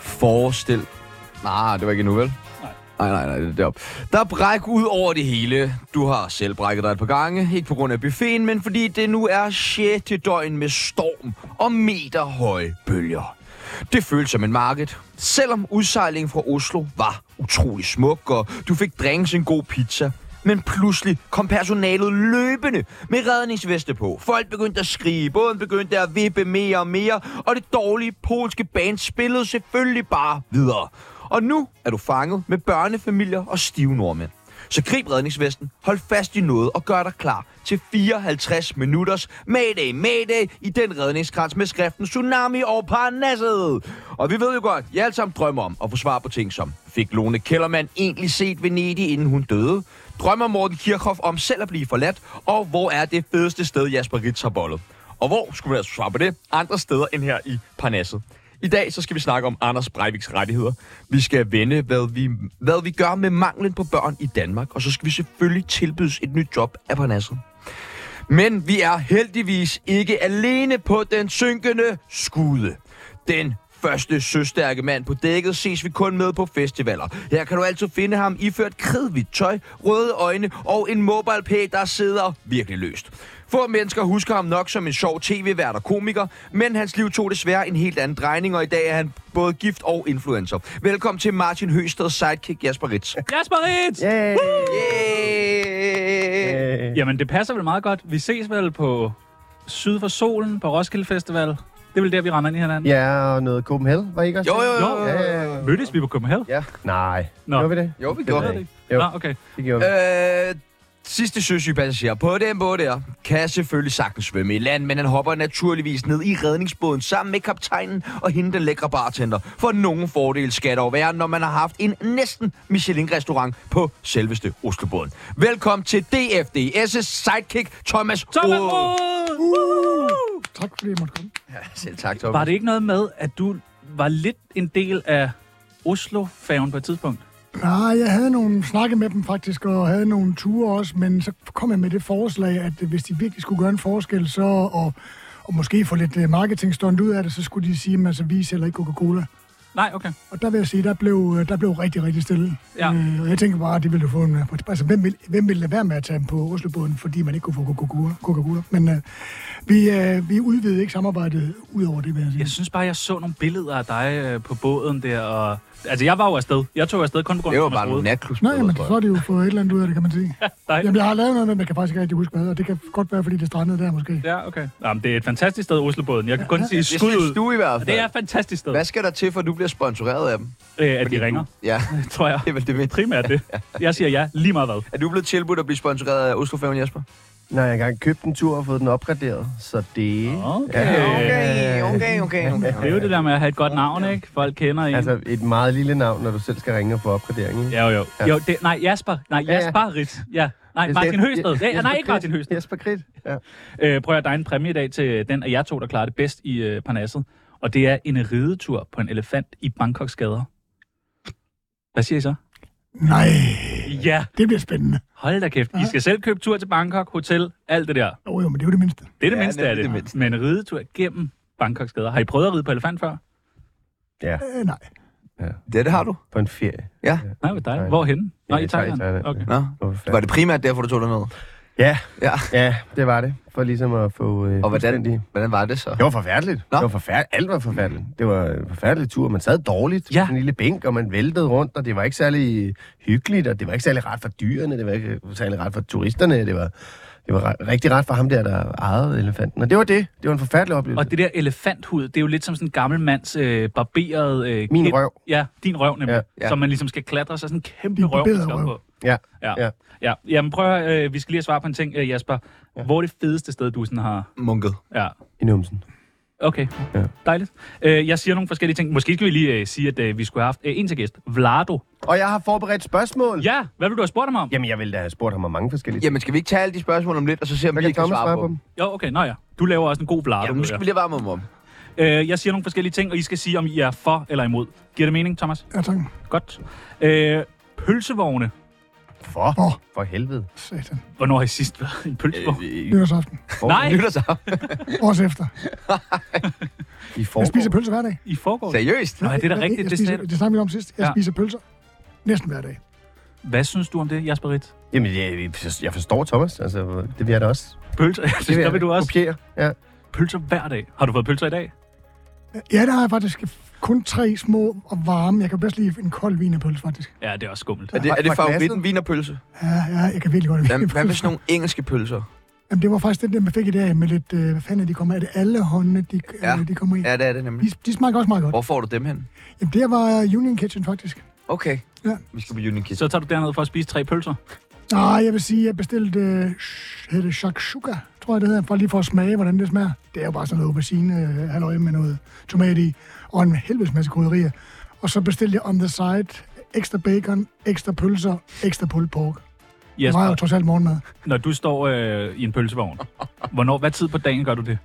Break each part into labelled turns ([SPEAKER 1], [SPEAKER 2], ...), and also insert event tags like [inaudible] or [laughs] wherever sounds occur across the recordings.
[SPEAKER 1] forestil... Nej, det var ikke endnu, vel? Nej, nej, nej, det er deroppe. Der er bræk ud over det hele. Du har selv brækket dig et par gange. Ikke på grund af buffeten, men fordi det nu er 6. døgn med storm og meterhøje bølger. Det føltes som en marked. Selvom udsejlingen fra Oslo var utrolig smuk, og du fik drinks en god pizza. Men pludselig kom personalet løbende med redningsveste på. Folk begyndte at skrige, båden begyndte at vippe mere og mere, og det dårlige polske band spillede selvfølgelig bare videre. Og nu er du fanget med børnefamilier og stive nordmænd. Så grib redningsvesten, hold fast i noget og gør dig klar til 54 minutters Mayday, Mayday i den redningskrans med skriften Tsunami over Parnasset. Og vi ved jo godt, I alle sammen drømmer om at få svar på ting som Fik Lone Kellermann egentlig set Venedig, inden hun døde? Drømmer Morten Kirchhoff om selv at blive forladt? Og hvor er det fedeste sted, Jasper Ritz har bollet? Og hvor skulle man altså svare på det? Andre steder end her i Parnasset. I dag så skal vi snakke om Anders Breiviks rettigheder. Vi skal vende, hvad vi, hvad vi gør med manglen på børn i Danmark. Og så skal vi selvfølgelig tilbydes et nyt job af Parnasset. Men vi er heldigvis ikke alene på den synkende skude. Den første søstærke mand på dækket ses vi kun med på festivaler. Her kan du altid finde ham iført kridhvidt tøj, røde øjne og en mobile pay, der sidder virkelig løst. Få mennesker husker ham nok som en sjov tv-vært og komiker, men hans liv tog desværre en helt anden drejning, og i dag er han både gift og influencer. Velkommen til Martin Høsteds sidekick Jasper Ritz.
[SPEAKER 2] Jasper Ritz! Yeah.
[SPEAKER 1] Yeah.
[SPEAKER 2] Jamen, det passer vel meget godt. Vi ses vel på Syd for Solen på Roskilde Festival. Det er vel der, vi render ind i hinanden.
[SPEAKER 3] Ja, og noget Copenhagen, var I ikke også?
[SPEAKER 1] Jo, jo,
[SPEAKER 2] Nå,
[SPEAKER 1] jo. jo.
[SPEAKER 3] Ja, ja,
[SPEAKER 2] Mødtes vi på Copenhagen?
[SPEAKER 3] ja. Nej.
[SPEAKER 2] Nå.
[SPEAKER 3] Gjorde vi det?
[SPEAKER 1] Jo, vi
[SPEAKER 3] Det
[SPEAKER 1] gjorde
[SPEAKER 3] ved
[SPEAKER 1] det.
[SPEAKER 3] jeg ikke. Jo,
[SPEAKER 2] Nå, okay.
[SPEAKER 3] det gjorde vi.
[SPEAKER 1] Øh, sidste søsygepassager på den båd der kan selvfølgelig sagtens svømme i land, men han hopper naturligvis ned i redningsbåden sammen med kaptajnen og hende den lækre bartender. For nogen fordel skal der jo være, når man har haft en næsten Michelin-restaurant på selveste Oslobåden. Velkommen til DFDS' sidekick, Thomas
[SPEAKER 2] Thomas
[SPEAKER 1] Aage.
[SPEAKER 2] Rode! Uh!
[SPEAKER 4] Tak fordi jeg måtte komme.
[SPEAKER 1] Ja, selv tak, Thomas.
[SPEAKER 2] Var det ikke noget med, at du var lidt en del af Oslo-færgen på et tidspunkt?
[SPEAKER 4] Nej, jeg havde nogle snakke med dem faktisk, og havde nogle ture også, men så kom jeg med det forslag, at øh, hvis de virkelig skulle gøre en forskel, så og, og måske få lidt øh, marketingstund ud af det, så skulle de sige, at altså, vi sælger ikke Coca-Cola.
[SPEAKER 2] Nej, okay.
[SPEAKER 4] Og der vil jeg sige, der blev, øh, der blev rigtig, rigtig stille.
[SPEAKER 2] Ja.
[SPEAKER 4] Øh, og jeg tænker bare, at de ville jo få en... øh, Altså, hvem ville, hvem ville lade være med at tage dem på Oslobåden, fordi man ikke kunne få Coca-Cola? Coca-Cola? Men øh, vi, øh, vi udvidede ikke samarbejdet ud over det, vil jeg sige.
[SPEAKER 2] Jeg synes bare, jeg så nogle billeder af dig øh, på båden der, og... Altså, jeg var jo afsted. Jeg tog afsted kun på grund
[SPEAKER 1] Det
[SPEAKER 2] af
[SPEAKER 1] var
[SPEAKER 2] Thomas
[SPEAKER 1] bare nogle
[SPEAKER 2] Rode.
[SPEAKER 1] natklubsbåder,
[SPEAKER 4] Nej, men
[SPEAKER 1] tror jeg.
[SPEAKER 4] så er det jo fået et eller andet ud af det, kan man [laughs] sige.
[SPEAKER 2] Nej.
[SPEAKER 4] Jamen, jeg har lavet noget, men jeg kan faktisk ikke rigtig huske hvad, og det kan godt være, fordi det strandede der måske.
[SPEAKER 2] Ja, okay. Jamen, det er et fantastisk sted, Oslobåden. Jeg kan kun sige
[SPEAKER 1] Det
[SPEAKER 2] skud
[SPEAKER 1] synes
[SPEAKER 2] ud.
[SPEAKER 1] du i hvert fald.
[SPEAKER 2] Det er et fantastisk sted,
[SPEAKER 1] Hvad skal der til, for at du bliver sponsoreret af dem?
[SPEAKER 2] øh, at de ringer,
[SPEAKER 1] Ja, [laughs]
[SPEAKER 2] [laughs] tror jeg.
[SPEAKER 1] det er vel det med.
[SPEAKER 2] Primært det. Jeg siger ja, lige meget hvad.
[SPEAKER 1] Er du blevet tilbudt at blive sponsoreret af Oslofærgen, Jesper?
[SPEAKER 3] Nej, jeg har engang købt en tur og fået den opgraderet, så det...
[SPEAKER 2] Okay.
[SPEAKER 1] Okay, okay, okay. okay.
[SPEAKER 2] Det er jo det der med at have et godt navn, ikke? Folk kender en.
[SPEAKER 3] Altså, et meget lille navn, når du selv skal ringe og få opgraderingen. ikke?
[SPEAKER 2] Ja, jo, jo.
[SPEAKER 3] Ja.
[SPEAKER 2] jo det, nej, Jasper. Nej,
[SPEAKER 3] Ja, ja.
[SPEAKER 2] Jasper Ritz. Ja. Nej,
[SPEAKER 3] Hvis
[SPEAKER 2] Martin
[SPEAKER 3] det-
[SPEAKER 2] Høsted. Ja, ja, nej,
[SPEAKER 3] Jesper
[SPEAKER 2] ikke Martin
[SPEAKER 3] Krit.
[SPEAKER 2] Høsted.
[SPEAKER 3] Jesper Krit. Ja.
[SPEAKER 2] Øh, prøv at der er en præmie i dag til den af jer to, der klarer det bedst i øh, Parnasset. Og det er en ridetur på en elefant i Bangkoks gader. Hvad siger I så?
[SPEAKER 4] Nej,
[SPEAKER 2] Ja,
[SPEAKER 4] det bliver spændende.
[SPEAKER 2] hold da kæft. I skal selv købe tur til Bangkok, hotel, alt det der.
[SPEAKER 4] Jo, jo, men det er jo det mindste.
[SPEAKER 2] Det er det
[SPEAKER 1] Ja,
[SPEAKER 2] mindste
[SPEAKER 1] nemlig
[SPEAKER 2] af det.
[SPEAKER 1] det
[SPEAKER 2] det
[SPEAKER 1] mindste.
[SPEAKER 2] Men en ridetur gennem Bangkoks gader. Har I prøvet at ride på elefant før?
[SPEAKER 3] ja,
[SPEAKER 4] Øh, nej.
[SPEAKER 1] Det, det har du.
[SPEAKER 3] på en ferie.
[SPEAKER 1] Ja.
[SPEAKER 2] Nej, hvor dejligt.
[SPEAKER 3] Thailand.
[SPEAKER 2] Hvorhenne? Nej,
[SPEAKER 3] Ja,
[SPEAKER 2] i
[SPEAKER 3] i Thai-
[SPEAKER 2] Thailand.
[SPEAKER 3] Thailand, ja.
[SPEAKER 2] Okay.
[SPEAKER 1] Nå.
[SPEAKER 3] Hvor fanden.
[SPEAKER 1] Var det primært derfor, du tog dig med?
[SPEAKER 3] Ja,
[SPEAKER 1] Ja.
[SPEAKER 3] ja, det var det. For ligesom at få... Øh,
[SPEAKER 1] Og hvordan,
[SPEAKER 3] fuldstændig-
[SPEAKER 1] hvordan var det så?
[SPEAKER 3] Det var forfærdeligt.
[SPEAKER 1] Nå.
[SPEAKER 3] Det var forfærdeligt. Alt var forfærdeligt. Det var en forfærdelig tur. Man sad dårligt
[SPEAKER 2] Ja.
[SPEAKER 3] ja. på en lille bænk, og man væltede rundt, og det var ikke særlig hyggeligt, og det var ikke særlig ret for dyrene, det var ikke særlig ret for turisterne, det var, det var re- rigtig ret for ham der, der ejede elefanten. Og det var det. Det var en forfærdelig oplevelse.
[SPEAKER 2] Og det der elefanthud, det er jo lidt som sådan en gammel mands øh, barberet... Øh,
[SPEAKER 3] Min
[SPEAKER 2] kind-
[SPEAKER 3] røv.
[SPEAKER 2] Ja, din røv nemlig. Ja,
[SPEAKER 3] Ja,
[SPEAKER 2] ja.
[SPEAKER 1] ja.
[SPEAKER 2] Som man ligesom skal klatre sig sådan en kæmpe
[SPEAKER 4] Din
[SPEAKER 2] røv, man
[SPEAKER 4] barberede
[SPEAKER 2] skal op
[SPEAKER 4] røv.
[SPEAKER 2] på.
[SPEAKER 3] Ja.
[SPEAKER 2] Ja. ja.
[SPEAKER 3] Ja.
[SPEAKER 2] ja. Jamen prøv at, høre, øh, vi skal lige have svar på en ting, øh, Jasper. Ja. Hvor er det fedeste sted, du sådan har...
[SPEAKER 1] Munket.
[SPEAKER 2] Ja.
[SPEAKER 3] I numsen.
[SPEAKER 2] Okay, ja.
[SPEAKER 3] Ja.
[SPEAKER 2] dejligt. Øh, jeg siger nogle forskellige ting. Måske skal vi lige øh, sige, at øh, vi skulle have haft øh, en til gæst. Vlado.
[SPEAKER 3] Og jeg har forberedt spørgsmål.
[SPEAKER 2] Ja, hvad vil du have spurgt ham om?
[SPEAKER 3] Jamen, jeg ville da have spurgt ham om mange forskellige ting.
[SPEAKER 1] Jamen, skal vi ikke tage alle de spørgsmål om lidt, og så se, om
[SPEAKER 3] Hvad
[SPEAKER 1] vi
[SPEAKER 3] kan
[SPEAKER 1] kan
[SPEAKER 3] Thomas
[SPEAKER 1] svare på dem?
[SPEAKER 2] Jo, okay, nå ja. Du laver også en god Vlado.
[SPEAKER 1] Ja,
[SPEAKER 2] Jamen,
[SPEAKER 1] nu skal vi lige varme om om.
[SPEAKER 2] øh, jeg siger nogle forskellige ting, og I skal sige, om I er for eller imod. Giver det mening, Thomas?
[SPEAKER 4] Ja, tak.
[SPEAKER 2] Godt. Øh, pølsevogne.
[SPEAKER 3] For,
[SPEAKER 4] Åh,
[SPEAKER 3] for helvede.
[SPEAKER 4] satan.
[SPEAKER 2] Hvornår har I sidst været i en pølsevogn?
[SPEAKER 1] Øh,
[SPEAKER 4] Nytårsaften.
[SPEAKER 3] øh.
[SPEAKER 2] Nej,
[SPEAKER 1] Lytter sig.
[SPEAKER 4] Års efter.
[SPEAKER 3] I
[SPEAKER 4] Jeg
[SPEAKER 3] forgår.
[SPEAKER 4] spiser pølser hver dag.
[SPEAKER 2] I forgår.
[SPEAKER 1] [laughs] Seriøst?
[SPEAKER 2] Nå, ja, det er da
[SPEAKER 4] Jeg- jeg-
[SPEAKER 2] rigtigt,
[SPEAKER 4] jeg
[SPEAKER 2] det
[SPEAKER 4] spiser,
[SPEAKER 2] sagde
[SPEAKER 4] det,
[SPEAKER 2] du.
[SPEAKER 4] det snakkede vi om sidst. Jeg
[SPEAKER 2] Ja.
[SPEAKER 4] spiser pølser næsten hver dag.
[SPEAKER 2] Hvad synes du om det, Jasper Ritz?
[SPEAKER 3] Jamen, jeg, jeg forstår Thomas. Altså, det vil jeg da også.
[SPEAKER 2] Pølser, [laughs] jeg synes, der vil du også.
[SPEAKER 3] Kopiere. Ja.
[SPEAKER 2] Pølser hver dag. Har du fået pølser i dag?
[SPEAKER 4] Ja, der har jeg faktisk kun tre små og varme. Jeg kan bedst lide en kold vinerpølse, faktisk.
[SPEAKER 2] Ja, det er også skummelt.
[SPEAKER 1] Er det, er det
[SPEAKER 3] Fra- fra
[SPEAKER 1] favoritten
[SPEAKER 3] glasset?
[SPEAKER 1] vinerpølse?
[SPEAKER 4] Ja, ja jeg kan virkelig godt lide
[SPEAKER 1] Hvad, hvad med
[SPEAKER 4] [laughs] vinerpølse.
[SPEAKER 1] sådan nogle engelske pølser?
[SPEAKER 4] Jamen, det var faktisk den, der man fik i dag med lidt... Øh, hvad fanden er de kommer af? Er det alle håndene, de,
[SPEAKER 1] Ja.
[SPEAKER 4] ja. øh, de kommer i? Ja.
[SPEAKER 1] Ja, det er det nemlig.
[SPEAKER 4] De, de smager også meget godt.
[SPEAKER 1] Hvor får du dem hen?
[SPEAKER 4] Jamen, det var Union Kitchen, faktisk.
[SPEAKER 1] Okay.
[SPEAKER 4] Ja.
[SPEAKER 1] Vi skal på Union Kitchen.
[SPEAKER 2] Så tager du derned for at spise tre pølser.
[SPEAKER 4] Nej, jeg vil sige, jeg bestilte... Øh, hedder det shakshuka, tror jeg, det hedder. For lige for at smage, hvordan det smager. Det er jo bare sådan noget aubergine, øh, halløj med noget tomat i. Og en helvedes masse krydderier. Og så bestilte jeg on the side ekstra bacon, ekstra pølser, ekstra pulled pork. Det var jo
[SPEAKER 2] Jesper,
[SPEAKER 4] trods alt morgenmad.
[SPEAKER 2] når du står øh, i en pølsevogn, hvornår, hvad tid på dagen gør du det?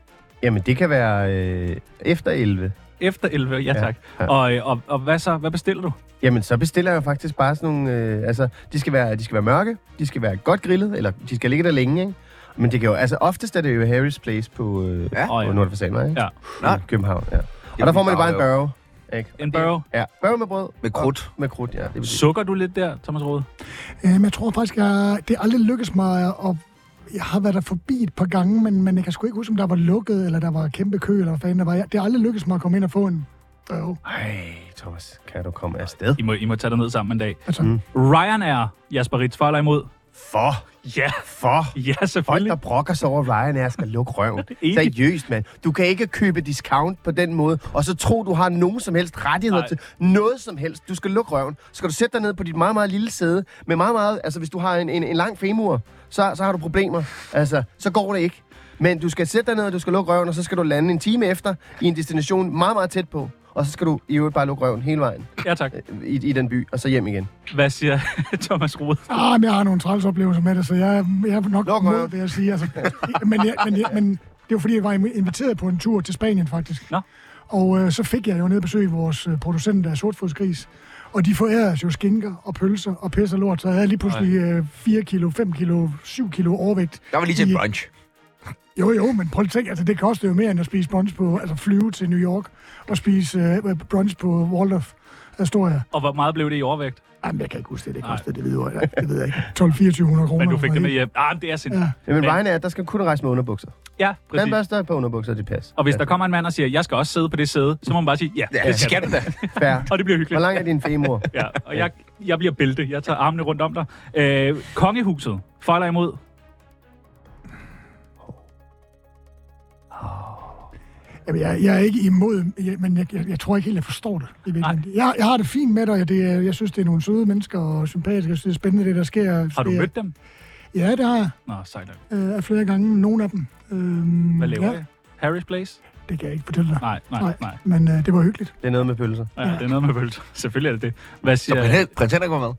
[SPEAKER 3] Jamen, det kan være øh, efter 11.
[SPEAKER 2] Efter 11, ja
[SPEAKER 3] Ja,
[SPEAKER 2] tak.
[SPEAKER 3] ja.
[SPEAKER 2] Og, øh, og, og hvad så? Hvad bestiller du?
[SPEAKER 3] Jamen, så bestiller jeg faktisk bare sådan nogle... Øh, altså, de skal, være, de skal være mørke, de skal være godt grillet, eller de skal ligge der længe, ikke? Men det kan jo... Altså, oftest er det jo Harry's Place på, øh,
[SPEAKER 1] Ja.
[SPEAKER 3] ja.
[SPEAKER 2] Åh, ja.
[SPEAKER 3] på Nordfasanvej, ikke?
[SPEAKER 2] Ja.
[SPEAKER 1] Nå.
[SPEAKER 3] I København, ja.
[SPEAKER 1] jo
[SPEAKER 3] Og der får man jo bare en
[SPEAKER 1] min
[SPEAKER 3] børge, ikke?
[SPEAKER 2] En børge?
[SPEAKER 3] Ja, børge med brød.
[SPEAKER 1] Med
[SPEAKER 3] og
[SPEAKER 1] krudt.
[SPEAKER 3] Med krudt, ja. Det betyder-
[SPEAKER 2] Sukker du lidt der, Thomas Rode?
[SPEAKER 4] Øhm, jeg tror faktisk, jeg, det er aldrig lykkedes mig at jeg har været der forbi et par gange, men, men jeg kan sgu ikke huske, om der var lukket, eller der var kæmpe kø, eller hvad fanden der var. Jeg- Det er aldrig lykkedes mig at komme ind og få en øh, børge.
[SPEAKER 3] Ej, Thomas, kan du komme afsted?
[SPEAKER 2] I må, I må tage dig ned sammen en dag.
[SPEAKER 4] Altså,
[SPEAKER 3] Mm.
[SPEAKER 4] mm.
[SPEAKER 2] Ryanair, Jasper Ritz, for eller imod?
[SPEAKER 3] For,
[SPEAKER 2] Ja, [laughs]
[SPEAKER 3] for.
[SPEAKER 2] ja
[SPEAKER 3] Folk,
[SPEAKER 2] selvfølgelig.
[SPEAKER 3] der brokker sig over Ryanair, skal lukke røven.
[SPEAKER 2] [laughs] Enig.
[SPEAKER 3] Seriøst, mand. Du kan ikke købe discount på den måde, og så tro, du har nogen som helst rettigheder
[SPEAKER 2] Nej.
[SPEAKER 3] Nej. til noget som helst. Du skal lukke røven. Så skal du sætte dig ned på dit meget, meget lille sæde. Med meget, meget... Altså, hvis du har en, en, en lang femur, så, så har du problemer. Altså, så går det ikke. Men du skal sætte dig ned, og du skal lukke røven, og så skal du lande en time efter i en destination meget, meget tæt på. Og så skal du i øvrigt bare lukke røven hele vejen
[SPEAKER 2] Ja tak.
[SPEAKER 3] øh, i, i den by, og så hjem igen.
[SPEAKER 2] Hvad siger [laughs] Thomas Rode?
[SPEAKER 4] ah, men jeg har nogle træls oplevelser med det, så jeg, jeg er nok
[SPEAKER 3] Luk
[SPEAKER 4] mod,
[SPEAKER 3] røven.
[SPEAKER 4] vil jeg sige. Altså, [laughs] men, jeg, men, jeg, men det var fordi, jeg var inviteret på en tur til Spanien, faktisk.
[SPEAKER 2] Nå.
[SPEAKER 4] Og øh, så fik jeg jo nede besøg vores øh, producent af sortfodsgris. Og de forærede os jo skinker og pølser og pisse og lort, så jeg havde lige pludselig øh, 4 kilo, 5 kilo, 7 kilo overvægt.
[SPEAKER 1] Der var lige til
[SPEAKER 4] i-
[SPEAKER 1] brunch.
[SPEAKER 4] Jo, jo, men prøv at tænke, altså det koster jo mere end at spise brunch på, altså flyve til New York og spise øh, brunch på Waldorf Astoria.
[SPEAKER 2] Og hvor meget blev det i overvægt?
[SPEAKER 4] Jamen, jeg kan ikke huske det, det
[SPEAKER 2] Nej.
[SPEAKER 4] kostede, det ved jeg, det ved jeg ikke. 12-2400 kroner.
[SPEAKER 2] Men du fik
[SPEAKER 4] var
[SPEAKER 2] det med
[SPEAKER 4] helt-
[SPEAKER 2] hjem. Ah, men det er sindssygt.
[SPEAKER 4] Ja.
[SPEAKER 3] Jamen,
[SPEAKER 2] Men-
[SPEAKER 3] Ryanair, der skal kun rejse med underbukser.
[SPEAKER 2] Ja,
[SPEAKER 3] Den
[SPEAKER 2] præcis.
[SPEAKER 3] børste på underbukser, det passer.
[SPEAKER 2] Og hvis der kommer en mand og siger, jeg skal også sidde på det sæde, så må man bare sige, ja,
[SPEAKER 1] Ja, det skal du da.
[SPEAKER 2] [laughs]
[SPEAKER 3] Fair.
[SPEAKER 2] Og det bliver hyggeligt.
[SPEAKER 3] Hvor lang er din femur?
[SPEAKER 2] Ja, og jeg, jeg bliver bælte. Jeg tager armene rundt om dig. Øh, kongehuset. For eller imod?
[SPEAKER 4] Jamen, jeg, jeg er ikke imod, jeg, men jeg, jeg, jeg, tror ikke helt, jeg forstår det. I virkeligheden. jeg, jeg har det fint med det, og jeg, det, er- jeg synes, det er nogle søde mennesker og sympatiske. Jeg synes, det er spændende, det der sker.
[SPEAKER 2] Har du
[SPEAKER 4] det, er-
[SPEAKER 2] mødt dem?
[SPEAKER 4] Ja, det har jeg
[SPEAKER 2] Nå, sejt. nok.
[SPEAKER 4] øh, af flere gange. Nogle af dem. Øhm,
[SPEAKER 2] Hvad laver
[SPEAKER 4] ja,
[SPEAKER 2] ja. Harry's Place?
[SPEAKER 4] Det kan jeg ikke fortælle dig.
[SPEAKER 2] Nej, nej, nej.
[SPEAKER 4] Men øh, det var hyggeligt.
[SPEAKER 3] Det er noget med pølser.
[SPEAKER 2] Ja, det er noget med pølser. Selvfølgelig er det det. Hvad
[SPEAKER 1] Så
[SPEAKER 2] siger...
[SPEAKER 1] prins- prins Henrik var med.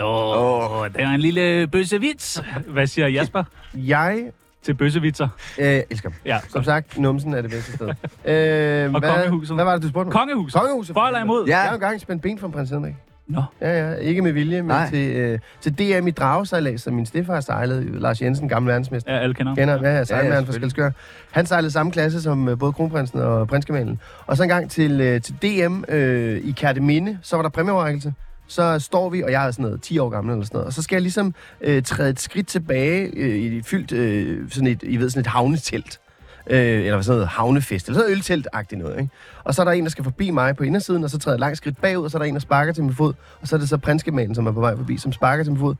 [SPEAKER 2] Åh, oh, der er en lille bøssevits. Hvad siger Jasper
[SPEAKER 3] Jeg
[SPEAKER 2] til bøssevitser?
[SPEAKER 3] øh, elsker dem.
[SPEAKER 2] Ja,
[SPEAKER 3] Som sagt, numsen er det bedste sted. øh,
[SPEAKER 2] Og
[SPEAKER 3] hvad,
[SPEAKER 2] kongehuset.
[SPEAKER 3] Hvad var det, du spurgte mig?
[SPEAKER 2] kongehuset.
[SPEAKER 3] Kongehuset.
[SPEAKER 2] For eller imod?
[SPEAKER 1] Ja.
[SPEAKER 3] Jeg har engang spændt ben for en prins Henrik.
[SPEAKER 2] Nå,
[SPEAKER 3] Ja, ja. Ikke med vilje, men
[SPEAKER 1] Nej.
[SPEAKER 3] til, øh, til DM i dragesejlads, som min stefar sejlede, Lars Jensen, gammel verdensmester.
[SPEAKER 2] ja, alle kender. ham.
[SPEAKER 3] Kender ham, ja, ja,
[SPEAKER 1] Ja, ja,
[SPEAKER 3] sejlmæren ja, fra
[SPEAKER 1] selvfølgelig.
[SPEAKER 3] Skelskør. Han sejlede samme klasse som øh, både kronprinsen og prinskemalen. Og så en gang til, øh, til DM øh, i Kærteminde, så var der præmieoverrækkelse. Så står vi, og jeg er sådan noget 10 år gammel eller sådan noget, og så skal jeg ligesom øh, træde et skridt tilbage øh, i et fyldt, øh, sådan et, I ved, sådan et havnetelt. Øh, eller sådan noget havnefest, eller sådan noget øltelt-agtigt noget, ikke? Og så er der en, der skal forbi mig på indersiden, og så træder jeg et langt skridt bagud, og så er der en, der sparker til min fod, og så er det så prinskemalen, som er på vej forbi, som sparker til min fod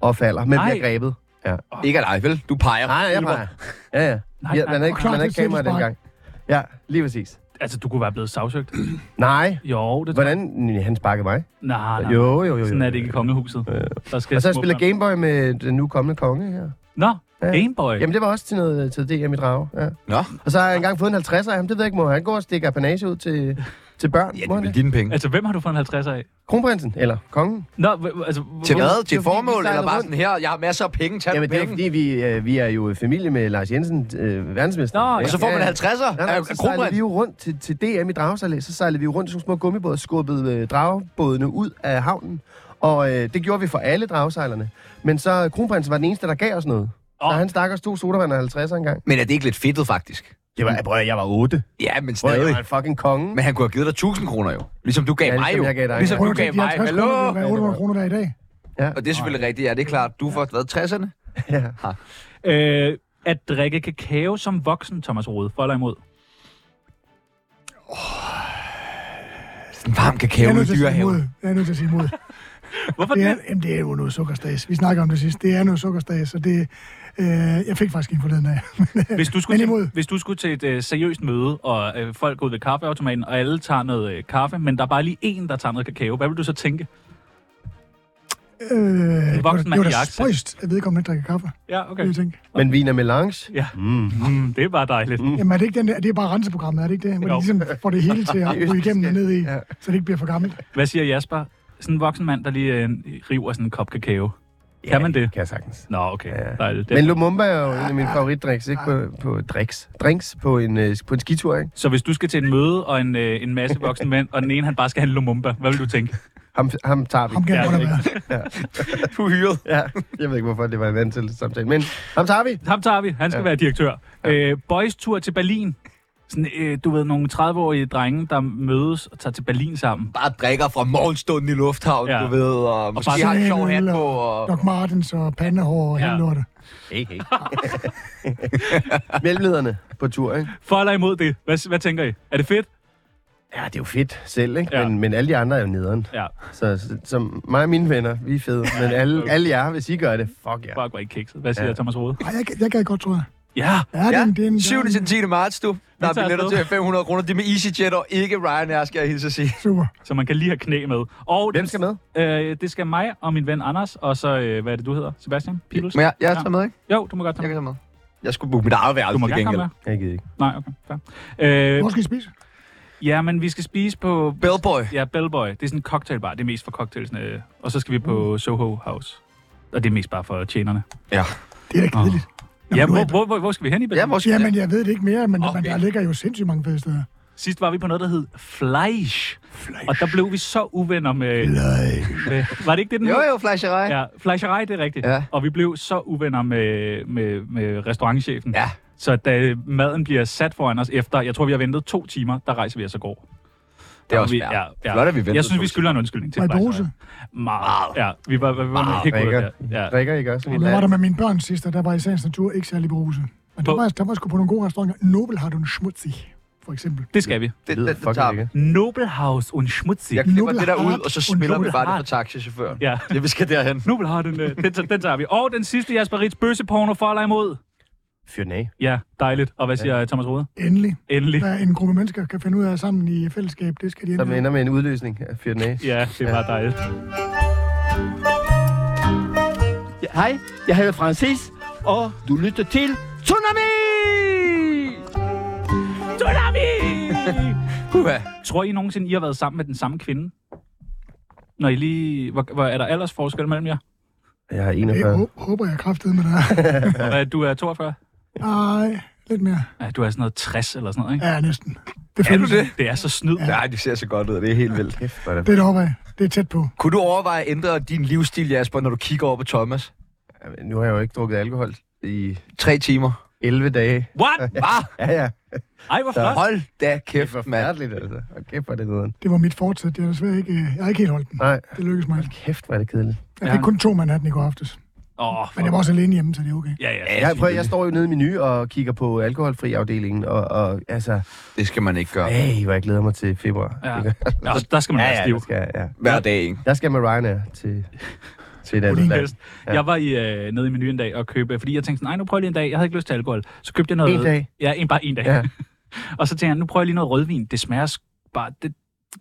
[SPEAKER 3] og falder, men
[SPEAKER 2] Nej.
[SPEAKER 3] bliver grebet. Ja.
[SPEAKER 1] Ikke af dig, vel? Du peger.
[SPEAKER 3] Nej, jeg
[SPEAKER 2] Hjælper.
[SPEAKER 3] peger. Ja, ja.
[SPEAKER 2] Nej,
[SPEAKER 3] Nej, ja
[SPEAKER 2] nej,
[SPEAKER 3] man er ikke,
[SPEAKER 4] klart,
[SPEAKER 3] man er
[SPEAKER 4] det
[SPEAKER 3] ikke
[SPEAKER 4] er
[SPEAKER 3] kamera
[SPEAKER 4] et selvspark.
[SPEAKER 3] dengang. Ja, lige præcis.
[SPEAKER 2] Altså, du kunne være blevet sagsøgt.
[SPEAKER 3] Nej.
[SPEAKER 2] Jo, det tror jeg.
[SPEAKER 3] Hvordan? Næ, Han sparkede mig.
[SPEAKER 2] Nej, nej.
[SPEAKER 3] Jo, jo, jo. jo.
[SPEAKER 2] Sådan er det ikke i kongehuset. Der skal
[SPEAKER 3] Og så
[SPEAKER 2] små
[SPEAKER 3] spiller
[SPEAKER 2] børn.
[SPEAKER 3] Gameboy med den nu kommende konge her.
[SPEAKER 2] Nå,
[SPEAKER 3] Ja.
[SPEAKER 2] Gameboy.
[SPEAKER 3] Jamen, det var også til noget til DM i Drage. Ja.
[SPEAKER 1] Nå,
[SPEAKER 3] Og så har jeg engang fået en 50'er af ham. Det ved jeg ikke, må han gå og stikke apanage ud til, til børn?
[SPEAKER 1] ja,
[SPEAKER 3] Ja,
[SPEAKER 1] det er vel dine penge.
[SPEAKER 2] Altså, hvem har du fået en 50 af?
[SPEAKER 3] Kronprinsen? Eller kongen?
[SPEAKER 2] Nå, hv- altså... hvor-
[SPEAKER 1] Til
[SPEAKER 3] det
[SPEAKER 1] hvad? Til
[SPEAKER 3] var fordi,
[SPEAKER 1] et
[SPEAKER 3] vi
[SPEAKER 1] formål,
[SPEAKER 3] sejlede
[SPEAKER 1] eller bare
[SPEAKER 3] rundt.
[SPEAKER 1] sådan her, jeg har masser af penge, tag Jamen,
[SPEAKER 3] Jamen, det
[SPEAKER 1] penge.
[SPEAKER 3] er fordi, vi, øh, vi er jo familie med Lars Jensen, øh, verdensmester.
[SPEAKER 2] Nå, ja.
[SPEAKER 1] Og så får man
[SPEAKER 3] Ja, altså, ja.
[SPEAKER 1] 50'er
[SPEAKER 3] Nej,
[SPEAKER 1] af
[SPEAKER 3] nej, så sejlede
[SPEAKER 1] kronprins.
[SPEAKER 3] vi jo rundt til, til DM i dragesejlads, så sejlede vi jo rundt i sådan nogle små gummibåde og skubbede øh, dragebådene ud af havnen. Og øh, det gjorde vi for alle dragesejlerne. Men så øh, kronprinsen var den eneste, der gav os noget. Oh.
[SPEAKER 2] Åh.
[SPEAKER 3] Så han stak os to sodavand og 50 engang.
[SPEAKER 1] Men er det ikke lidt fedtet, faktisk?
[SPEAKER 3] Det var, prøv at høre, jeg var 8.
[SPEAKER 1] Ja, men
[SPEAKER 3] Prøv at høre,
[SPEAKER 1] stadig.
[SPEAKER 3] jeg var en fucking konge.
[SPEAKER 1] Men han kunne have givet dig 1000 kroner jo. Ligesom du gav
[SPEAKER 3] Ja,
[SPEAKER 1] mig
[SPEAKER 3] ligesom
[SPEAKER 1] jo.
[SPEAKER 3] jeg gav dig,
[SPEAKER 1] ligesom
[SPEAKER 3] ja.
[SPEAKER 1] du gav mig. Hallo?
[SPEAKER 4] Hvad 800 kroner der i dag?
[SPEAKER 1] Og det er selvfølgelig rigtigt, ja, det er klart. Du får været 60'erne.
[SPEAKER 3] Ja.
[SPEAKER 2] Øh, at drikke kakao som voksen, Thomas Rode. For eller imod?
[SPEAKER 1] Sådan en varm kakao
[SPEAKER 4] Jeg er
[SPEAKER 1] i
[SPEAKER 4] nødt til at sige
[SPEAKER 1] dyrehaven.
[SPEAKER 4] imod. Jeg er nødt til at sige
[SPEAKER 2] [laughs]
[SPEAKER 4] imod.
[SPEAKER 2] Hvorfor
[SPEAKER 4] Det
[SPEAKER 2] det?
[SPEAKER 4] er, jamen, det er jo noget sukkerstads. Vi snakker om det sidst. Det er noget sukkerstads, og det... Øh, jeg fik faktisk en forleden af. [laughs] Øh,
[SPEAKER 2] Hvis du
[SPEAKER 4] Men
[SPEAKER 2] skulle,
[SPEAKER 4] imod.
[SPEAKER 2] til, hvis du skulle til et øh, seriøst møde, og øh, folk går ud ved kaffeautomaten, og alle tager noget øh, kaffe, men der er bare lige en, der tager noget kakao, hvad vil du så tænke?
[SPEAKER 4] øh, det var,
[SPEAKER 2] voksen
[SPEAKER 4] det
[SPEAKER 2] mand
[SPEAKER 4] var
[SPEAKER 2] i
[SPEAKER 4] da
[SPEAKER 2] aktie.
[SPEAKER 4] spøjst, at vedkommende ikke drikker kaffe.
[SPEAKER 2] Ja, okay.
[SPEAKER 4] Okay. Jeg tænke.
[SPEAKER 3] Men vin er melange.
[SPEAKER 2] Ja.
[SPEAKER 3] Mm.
[SPEAKER 2] Mm, det er bare dejligt.
[SPEAKER 4] Jamen er det ikke den der, det er bare renseprogrammet, er det ikke det? Hvor
[SPEAKER 2] Jo.
[SPEAKER 4] de ligesom får det hele til at ryge igennem og ned i,
[SPEAKER 3] Ja.
[SPEAKER 4] så det ikke bliver for gammelt.
[SPEAKER 2] Hvad siger Jasper? Sådan en voksen mand, der lige øh, river sådan en kop kakao. Kan man det?
[SPEAKER 3] Kan jeg sagtens.
[SPEAKER 2] Nå, okay.
[SPEAKER 3] Ja.
[SPEAKER 2] Dejligt.
[SPEAKER 3] Men
[SPEAKER 2] Det.
[SPEAKER 3] Lumumba er jo en af mine favoritdrinks, ikke? På, på drinks. Drinks på en, øh, på en skitur, ikke?
[SPEAKER 2] Så hvis du skal til et møde, og en, øh, en masse voksne mænd, og den ene, han bare skal have en lumumba, hvad vil du tænke?
[SPEAKER 3] Ham, ham tager vi.
[SPEAKER 4] Ham kan
[SPEAKER 2] Ja,
[SPEAKER 4] jeg godt
[SPEAKER 2] ikke?
[SPEAKER 4] være.
[SPEAKER 1] Du er hyret.
[SPEAKER 3] Ja, jeg ved ikke, hvorfor det var en anden til samtale, men ham tager vi.
[SPEAKER 2] Ham tager vi. Han skal ja.
[SPEAKER 3] Ja.
[SPEAKER 2] være direktør. Ja. Øh, boys tur til Berlin. Sådan, øh, du ved, nogle 30-årige drenge, der mødes og tager til Berlin sammen.
[SPEAKER 1] Bare drikker fra morgenstunden i lufthavnen,
[SPEAKER 2] Ja.
[SPEAKER 1] du ved. Og måske
[SPEAKER 2] bare
[SPEAKER 1] har en sjov hat
[SPEAKER 4] sådan-
[SPEAKER 1] på. Og...
[SPEAKER 4] Doc Martens og pandehår og
[SPEAKER 2] Ja.
[SPEAKER 4] ja. hele lortet.
[SPEAKER 1] Hey, hey.
[SPEAKER 3] Mellemlederne på tur, ikke?
[SPEAKER 2] For eller imod det? Hvad, hvad tænker I? Er det fedt?
[SPEAKER 3] Ja, det er jo fedt selv, ikke?
[SPEAKER 2] Ja.
[SPEAKER 3] Ja. Men, men alle de andre er jo nederen.
[SPEAKER 2] Ja,
[SPEAKER 3] Så, så, så mig og mine venner, vi er fede. Men [laughs] alle,
[SPEAKER 2] Okay.
[SPEAKER 3] alle jer, hvis I gør det, fuck jer.
[SPEAKER 2] bare gå i kikset. Hvad siger ja.
[SPEAKER 3] Ja.
[SPEAKER 2] Thomas Rode?
[SPEAKER 4] Ej, jeg, jeg gad godt, tror jeg.
[SPEAKER 2] Ja,
[SPEAKER 4] Ja, det er en, det er
[SPEAKER 1] Ja,
[SPEAKER 4] en,
[SPEAKER 1] 7. til 10. marts, du. Der er
[SPEAKER 2] tager
[SPEAKER 1] billetter
[SPEAKER 2] afsted.
[SPEAKER 1] til 500 kroner. Det er med EasyJet og ikke Ryanair, skal jeg hilse at sige.
[SPEAKER 4] Super.
[SPEAKER 2] så man kan lige have knæ med. Og
[SPEAKER 3] Hvem skal med?
[SPEAKER 2] Øh, det skal mig og min ven Anders, og så, øh, hvad er det, du hedder? Sebastian? Pibels?
[SPEAKER 1] Men jeg, jeg tager med, ikke?
[SPEAKER 2] Jo, du må godt
[SPEAKER 1] Jeg
[SPEAKER 2] tage med.
[SPEAKER 1] kan tage med. Jeg skulle booke mit eget værelse
[SPEAKER 2] Du må
[SPEAKER 1] til
[SPEAKER 2] gerne komme
[SPEAKER 1] gengæld.
[SPEAKER 2] med.
[SPEAKER 3] Jeg gider ikke.
[SPEAKER 2] Nej, okay. Fair. Øh,
[SPEAKER 4] Hvor skal I spise?
[SPEAKER 2] ja, men vi skal spise på...
[SPEAKER 1] Bellboy.
[SPEAKER 2] Ja, Bellboy. Det er sådan en cocktailbar. Det er mest for cocktailsene. Og så skal vi
[SPEAKER 4] Mm.
[SPEAKER 2] på Soho House. Og det er mest bare for tjenerne.
[SPEAKER 4] Det er da kedeligt.
[SPEAKER 2] Ja,
[SPEAKER 4] du
[SPEAKER 2] hvor,
[SPEAKER 4] er-
[SPEAKER 2] hvor, hvor, hvor skal vi hen i Berlin?
[SPEAKER 1] Ja, måske.
[SPEAKER 4] Jamen, jeg ved det ikke mere, men, okay. men
[SPEAKER 1] Okay.
[SPEAKER 4] der ligger jo sindssygt mange fede steder.
[SPEAKER 2] Sidst var vi på noget, der hed Fleisch.
[SPEAKER 4] Fleisch.
[SPEAKER 2] Og der blev vi så uvenner med... med var det ikke det, den
[SPEAKER 1] Jo,
[SPEAKER 2] hed?
[SPEAKER 1] jo, flasherej. Ja.
[SPEAKER 2] Ja, Fleischerei, det er rigtigt.
[SPEAKER 1] Ja.
[SPEAKER 2] Og vi blev så uvenner med, med, med restaurantchefen.
[SPEAKER 1] Ja.
[SPEAKER 2] Så da maden bliver sat foran os efter, jeg tror, vi har ventet to timer, der rejser vi os og går.
[SPEAKER 1] Det er også
[SPEAKER 2] vi,
[SPEAKER 1] fair. Flot, at vi ventede
[SPEAKER 2] Jeg synes,
[SPEAKER 1] to
[SPEAKER 2] vi skylder en undskyldning til
[SPEAKER 4] Var I
[SPEAKER 2] Fleischerei.
[SPEAKER 4] bruse?
[SPEAKER 2] Meget. Ja, vi var, var, var, var
[SPEAKER 1] Meget
[SPEAKER 2] helt gode
[SPEAKER 3] Drikker,
[SPEAKER 2] der. Ja.
[SPEAKER 3] drikker I ikke også?
[SPEAKER 4] Hvad var der med mine børn sidst, og der var i sagens natur ikke særlig bruse. Men der
[SPEAKER 2] På-
[SPEAKER 4] var, der var sgu på nogle gode restauranter. Nobel har du en schmutzig, for eksempel.
[SPEAKER 2] Det skal vi.
[SPEAKER 1] Det,
[SPEAKER 3] Det lyder
[SPEAKER 1] det, det tager
[SPEAKER 3] fucking
[SPEAKER 1] vi.
[SPEAKER 3] ikke.
[SPEAKER 2] Nobelhaus und Schmutzig.
[SPEAKER 1] Jeg klipper det der ud,
[SPEAKER 4] Nobelhart
[SPEAKER 1] og så spiller
[SPEAKER 4] und
[SPEAKER 1] vi bare det
[SPEAKER 2] Nobelhart.
[SPEAKER 1] for taxichaufføren.
[SPEAKER 2] Ja.
[SPEAKER 1] Det, vi skal derhen.
[SPEAKER 2] Nobelhaus, den, øh, den, tager- den tager vi. Og den sidste, Jasper Ritz, bøsseporno for eller imod.
[SPEAKER 3] Fyr den af.
[SPEAKER 2] Ja, dejligt. Og hvad siger ja. Thomas Rode?
[SPEAKER 4] Endelig. [laughs]
[SPEAKER 2] Endelig.
[SPEAKER 4] Hvad en gruppe mennesker kan finde ud af sammen i fællesskab, det skal de
[SPEAKER 3] Som
[SPEAKER 4] endelig.
[SPEAKER 3] ender med en udløsning. Ja, Fyr den af.
[SPEAKER 2] Ja, det var dejligt.
[SPEAKER 5] Ja, hej, jeg hedder Francis, og du lytter til Tsunami!
[SPEAKER 2] Tsunami! [laughs]
[SPEAKER 1] Puha.
[SPEAKER 2] Tror I nogensinde, I har været sammen med den samme kvinde? Når I lige... Hvor, hvor er der aldersforskel mellem jer?
[SPEAKER 3] Jeg har
[SPEAKER 4] Det
[SPEAKER 3] 41.
[SPEAKER 4] hå- håber jeg kraftede med dig.
[SPEAKER 2] Og hvad, du er 42?
[SPEAKER 4] Ej, lidt mere.
[SPEAKER 2] Ja, du er sådan noget 60 eller sådan noget, ikke?
[SPEAKER 4] Ja, næsten. Det
[SPEAKER 1] Er du
[SPEAKER 4] findes.
[SPEAKER 1] det?
[SPEAKER 2] Det er så snyd.
[SPEAKER 1] Nej, det ser så godt ud. Det er helt vildt.
[SPEAKER 3] Kæft, hvor er det.
[SPEAKER 4] Det er deroppe af. Det er tæt på.
[SPEAKER 1] Kunne du overveje at ændre din livsstil, Jasper, når du kigger over på Thomas?
[SPEAKER 3] Jamen, Nu har jeg jo ikke drukket alkohol i
[SPEAKER 1] Tre timer.
[SPEAKER 3] 11 dage.
[SPEAKER 2] What?
[SPEAKER 1] Bare
[SPEAKER 3] Ja, ja.
[SPEAKER 2] Ej, hvor flot.
[SPEAKER 1] hold da
[SPEAKER 3] Det var
[SPEAKER 1] kæft, mand.
[SPEAKER 3] forfærdeligt, altså. Og kæft, hvor er det nederen.
[SPEAKER 4] Det var mit fortsæt. Jeg har desværre ikke, øh, jeg har ikke helt holdt den.
[SPEAKER 3] Nej,
[SPEAKER 4] Det lykkedes mig altså. ikke.
[SPEAKER 3] kæft, hvor er det kedeligt.
[SPEAKER 4] Jeg fik
[SPEAKER 2] Ja.
[SPEAKER 4] kun to mandhatten i går aftes.
[SPEAKER 2] Åh,
[SPEAKER 4] Men jeg var
[SPEAKER 2] fuck.
[SPEAKER 4] også alene hjemme, så det er okay.
[SPEAKER 2] Ja, ja.
[SPEAKER 3] Jeg, prøv, jeg står jo nede i menu og kigger på alkoholfri afdelingen, og, og altså,
[SPEAKER 1] Det skal man ikke gøre.
[SPEAKER 3] hey, hvor jeg glæder mig til februar.
[SPEAKER 2] Ja.
[SPEAKER 3] Det gør-
[SPEAKER 2] Ja, og der skal man
[SPEAKER 3] Ja,
[SPEAKER 2] være
[SPEAKER 3] ja, der
[SPEAKER 2] stiv.
[SPEAKER 3] skal, ja.
[SPEAKER 1] Hver dag, ikke?
[SPEAKER 3] Der skal jeg med Ryanair
[SPEAKER 2] [laughs]
[SPEAKER 3] til, til et andet
[SPEAKER 2] Din
[SPEAKER 3] land.
[SPEAKER 2] bedst.
[SPEAKER 3] Ja.
[SPEAKER 2] Jeg var i, øh, nede i menuen en dag og købte, fordi jeg tænkte sådan, nej, nu prøver jeg lige en dag. Jeg havde ikke lyst til alkohol. Så købte jeg noget...
[SPEAKER 3] En dag?
[SPEAKER 2] Ja, en, bare en dag.
[SPEAKER 3] Ja.
[SPEAKER 2] [laughs] og så tænkte jeg, nu prøver jeg lige noget rødvin. Det smager sk- bare... Det,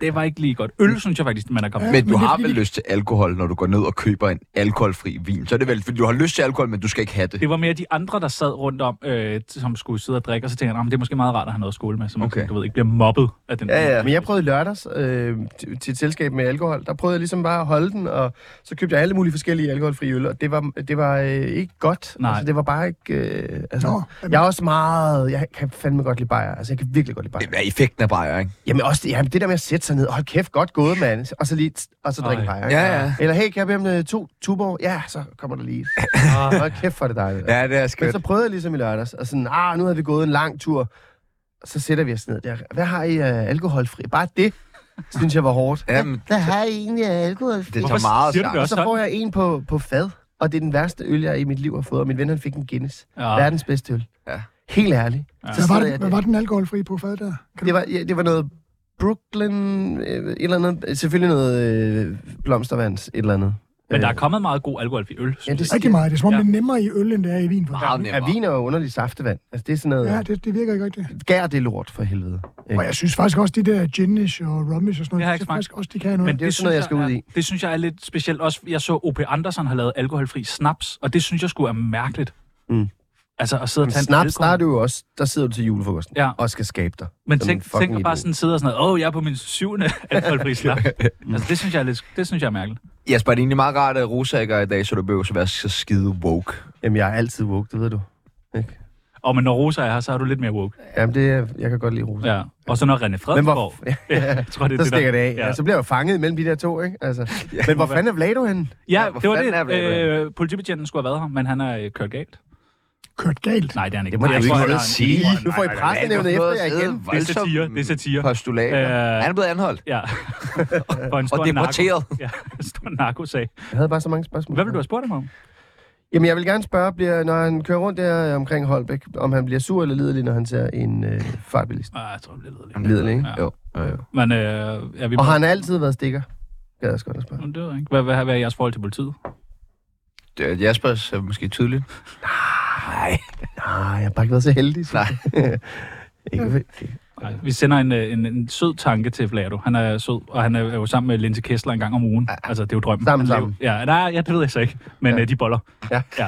[SPEAKER 2] det var ikke lige godt. Øl, synes jeg faktisk, man er kommet.
[SPEAKER 1] Men
[SPEAKER 4] Men
[SPEAKER 1] du
[SPEAKER 4] det er
[SPEAKER 1] har
[SPEAKER 4] fordi,
[SPEAKER 1] vel
[SPEAKER 4] det-
[SPEAKER 1] lyst til alkohol, når du går ned og køber en alkoholfri vin. Så er det vel, fordi du har lyst til alkohol, men du skal ikke have det.
[SPEAKER 2] Det var mere de andre, der sad rundt om, øh, som skulle sidde og drikke, og så tænkte jeg, "Nå, men det er måske meget rart at have noget at skole med, så man
[SPEAKER 1] Okay.
[SPEAKER 2] okay. du ved, ikke bliver mobbet af den.
[SPEAKER 1] Ja, ja.
[SPEAKER 3] Men jeg prøvede i lørdags øh, til- til et selskab med alkohol. Der prøvede jeg ligesom bare at holde den, og så købte jeg alle mulige forskellige alkoholfrie øl, og det var, det var øh, ikke godt.
[SPEAKER 2] Nej.
[SPEAKER 3] Altså, det var bare ikke... Øh, altså,
[SPEAKER 4] Nå,
[SPEAKER 3] Jeg er også meget... Jeg kan fandme godt lide bajer. Altså, jeg kan virkelig godt lide bajer.
[SPEAKER 1] Det er effekten af bajer, ikke?
[SPEAKER 3] Jamen, også det, jamen, det der med at sætte sig ned. Hold kæft, godt gået, mand. Og så lige... tss, Og så drikke en
[SPEAKER 2] Ej.
[SPEAKER 3] bajer.
[SPEAKER 1] Ja, ja.
[SPEAKER 3] Eller, hey, kan jeg bede om øh, to tuborg? Ja, så kommer der lige. Hold kæft, for det dejligt.
[SPEAKER 1] Ja, det er
[SPEAKER 3] Men
[SPEAKER 1] skønt.
[SPEAKER 3] så prøvede jeg ligesom i lørdags, og sådan, ah, nu havde vi gået en lang tur. så sætter vi os ned der. Hvad har I af alkoholfri? Bare det, synes jeg var hårdt.
[SPEAKER 1] Jamen,
[SPEAKER 3] Hvad har I egentlig af alkoholfri?
[SPEAKER 1] det
[SPEAKER 2] Hvorfor
[SPEAKER 1] tager meget
[SPEAKER 2] siger du det
[SPEAKER 1] sammen.
[SPEAKER 2] også?
[SPEAKER 3] Og så får jeg en på, på fad, og det er den værste øl, jeg i mit liv har fået, og min ven han fik en Guinness.
[SPEAKER 2] Ja.
[SPEAKER 3] Verdens bedste øl.
[SPEAKER 1] Ja.
[SPEAKER 3] Helt ærligt.
[SPEAKER 2] Ja.
[SPEAKER 3] Så
[SPEAKER 4] Hvad var,
[SPEAKER 3] sidder
[SPEAKER 4] det,
[SPEAKER 3] jeg
[SPEAKER 4] hvad
[SPEAKER 3] der.
[SPEAKER 4] var den alkoholfri på fad der? Kan
[SPEAKER 3] Det var, ja, det var noget Brooklyn, øh, et eller andet, selvfølgelig noget øh, blomstervands, et eller andet.
[SPEAKER 2] Men der er
[SPEAKER 3] Øh,
[SPEAKER 2] kommet meget god alkoholfri øl. synes
[SPEAKER 3] Ja, det
[SPEAKER 2] jeg.
[SPEAKER 4] du... Rigtig meget. Det er som om,
[SPEAKER 2] Ja.
[SPEAKER 4] det er nemmere i øl, end det er i vin. For
[SPEAKER 1] Meget
[SPEAKER 3] Øh, Ja,
[SPEAKER 1] nemmere.
[SPEAKER 3] vin er jo underligt saftevand. Altså, det er sådan noget...
[SPEAKER 4] ja,
[SPEAKER 3] Ja.
[SPEAKER 4] det, det virker ikke rigtigt.
[SPEAKER 3] Gær det lort, for helvede.
[SPEAKER 4] Og jeg synes faktisk også, det der ginish og rummish og sådan
[SPEAKER 2] Det har jeg
[SPEAKER 4] noget,
[SPEAKER 2] ikke
[SPEAKER 4] det
[SPEAKER 2] smagt.
[SPEAKER 4] faktisk også, de kan noget.
[SPEAKER 3] det er jo sådan noget, jeg skal
[SPEAKER 2] synes
[SPEAKER 3] ud
[SPEAKER 2] er,
[SPEAKER 3] i.
[SPEAKER 2] Det synes jeg er lidt specielt. Også, jeg så O.P. Andersen har lavet alkoholfri snaps, og det synes jeg skulle er mærkeligt.
[SPEAKER 3] Mm.
[SPEAKER 2] Altså at sidde og tage en
[SPEAKER 3] Snap
[SPEAKER 2] alkohol.
[SPEAKER 3] starter jo også, der sidder du til julefrokosten
[SPEAKER 2] Ja.
[SPEAKER 3] og skal skabe dig.
[SPEAKER 2] Men
[SPEAKER 3] Som en
[SPEAKER 2] tænk,
[SPEAKER 3] fucking
[SPEAKER 2] tænk at bare
[SPEAKER 3] idiot.
[SPEAKER 2] sådan sidde og sådan noget, åh, jeg er på min syvende
[SPEAKER 3] [laughs]
[SPEAKER 2] alkoholfri snap.
[SPEAKER 3] Mm.
[SPEAKER 2] altså, det synes jeg er lidt, det synes jeg er mærkeligt.
[SPEAKER 1] Jesper, det er egentlig meget rart, at Rosa ikke er i dag, så du behøver at være så skide woke.
[SPEAKER 3] Jamen, jeg er altid woke, det ved du. Ikke?
[SPEAKER 2] Og men når Rosa er her, så er du lidt mere woke.
[SPEAKER 3] Jamen, det er, jeg kan godt lide rose.
[SPEAKER 2] Ja. Og så når René Fredensborg...
[SPEAKER 3] [laughs]
[SPEAKER 2] ja,
[SPEAKER 3] hvor-
[SPEAKER 2] jeg tror, det er
[SPEAKER 3] Så
[SPEAKER 2] det, der-
[SPEAKER 3] stikker det af.
[SPEAKER 2] Ja,
[SPEAKER 3] Ja. Så bliver jeg jo fanget mellem de der to, ikke?
[SPEAKER 2] [laughs]
[SPEAKER 3] Altså. Men hvor fanden er Vlado henne?
[SPEAKER 2] ja
[SPEAKER 1] hvor
[SPEAKER 2] det var
[SPEAKER 1] fanden er
[SPEAKER 2] det.
[SPEAKER 1] Vlado
[SPEAKER 2] Øh, politibetjenten skulle have været her, men han er øh, kørt galt.
[SPEAKER 4] Kørt galt.
[SPEAKER 2] Nej, det er han ikke.
[SPEAKER 3] Det må du
[SPEAKER 2] Jeg
[SPEAKER 3] ikke
[SPEAKER 2] tror,
[SPEAKER 3] holde
[SPEAKER 2] han er en-
[SPEAKER 1] sige.
[SPEAKER 2] Nej, nej,
[SPEAKER 3] Nu får I
[SPEAKER 2] nej, nej.
[SPEAKER 3] pressenævnet efter jer igen.
[SPEAKER 2] Det er satire. Det er satire.
[SPEAKER 1] Postulat.
[SPEAKER 2] Øh.
[SPEAKER 1] Han er blevet anholdt.
[SPEAKER 2] Ja. For en stor
[SPEAKER 1] Og deporteret.
[SPEAKER 2] Narko. Ja, en stor narkosag.
[SPEAKER 3] Jeg havde bare så mange spørgsmål.
[SPEAKER 2] Hvad vil du have spurgt ham om?
[SPEAKER 3] Jamen, jeg vil gerne spørge, bliver, når han kører rundt der øh, omkring Holbæk, om han bliver sur eller lidelig, når han ser en øh, fartbilist.
[SPEAKER 2] Ah, jeg tror, det lyder lidt.
[SPEAKER 3] Lidelig, ikke?
[SPEAKER 2] Ja.
[SPEAKER 1] Jo. jo, jo.
[SPEAKER 2] Men øh, ja, vi...
[SPEAKER 3] Og har han altid været stikker? Gad jeg også godt at spørge.
[SPEAKER 2] Nå, Det ved jeg ikke. Hvad, hvad, hvad er jeres forhold til politiet?
[SPEAKER 1] Det er Jaspers er måske tydeligt. Nej.
[SPEAKER 3] Nej, jeg har bare ikke været så heldig. så-
[SPEAKER 1] Nej.
[SPEAKER 3] [laughs] ikke,
[SPEAKER 2] Nej, vi sender en, øh, en, en sød tanke til Vlado. Han er sød, og han er jo sammen med Linse Kessler en gang om ugen. Altså, det er jo drømmen.
[SPEAKER 3] Sammen,
[SPEAKER 2] Han lever-
[SPEAKER 3] sammen.
[SPEAKER 2] Ja, nej, ja, det ved jeg så ikke. Men ja. øh, de boller.
[SPEAKER 3] Ja.
[SPEAKER 2] ja.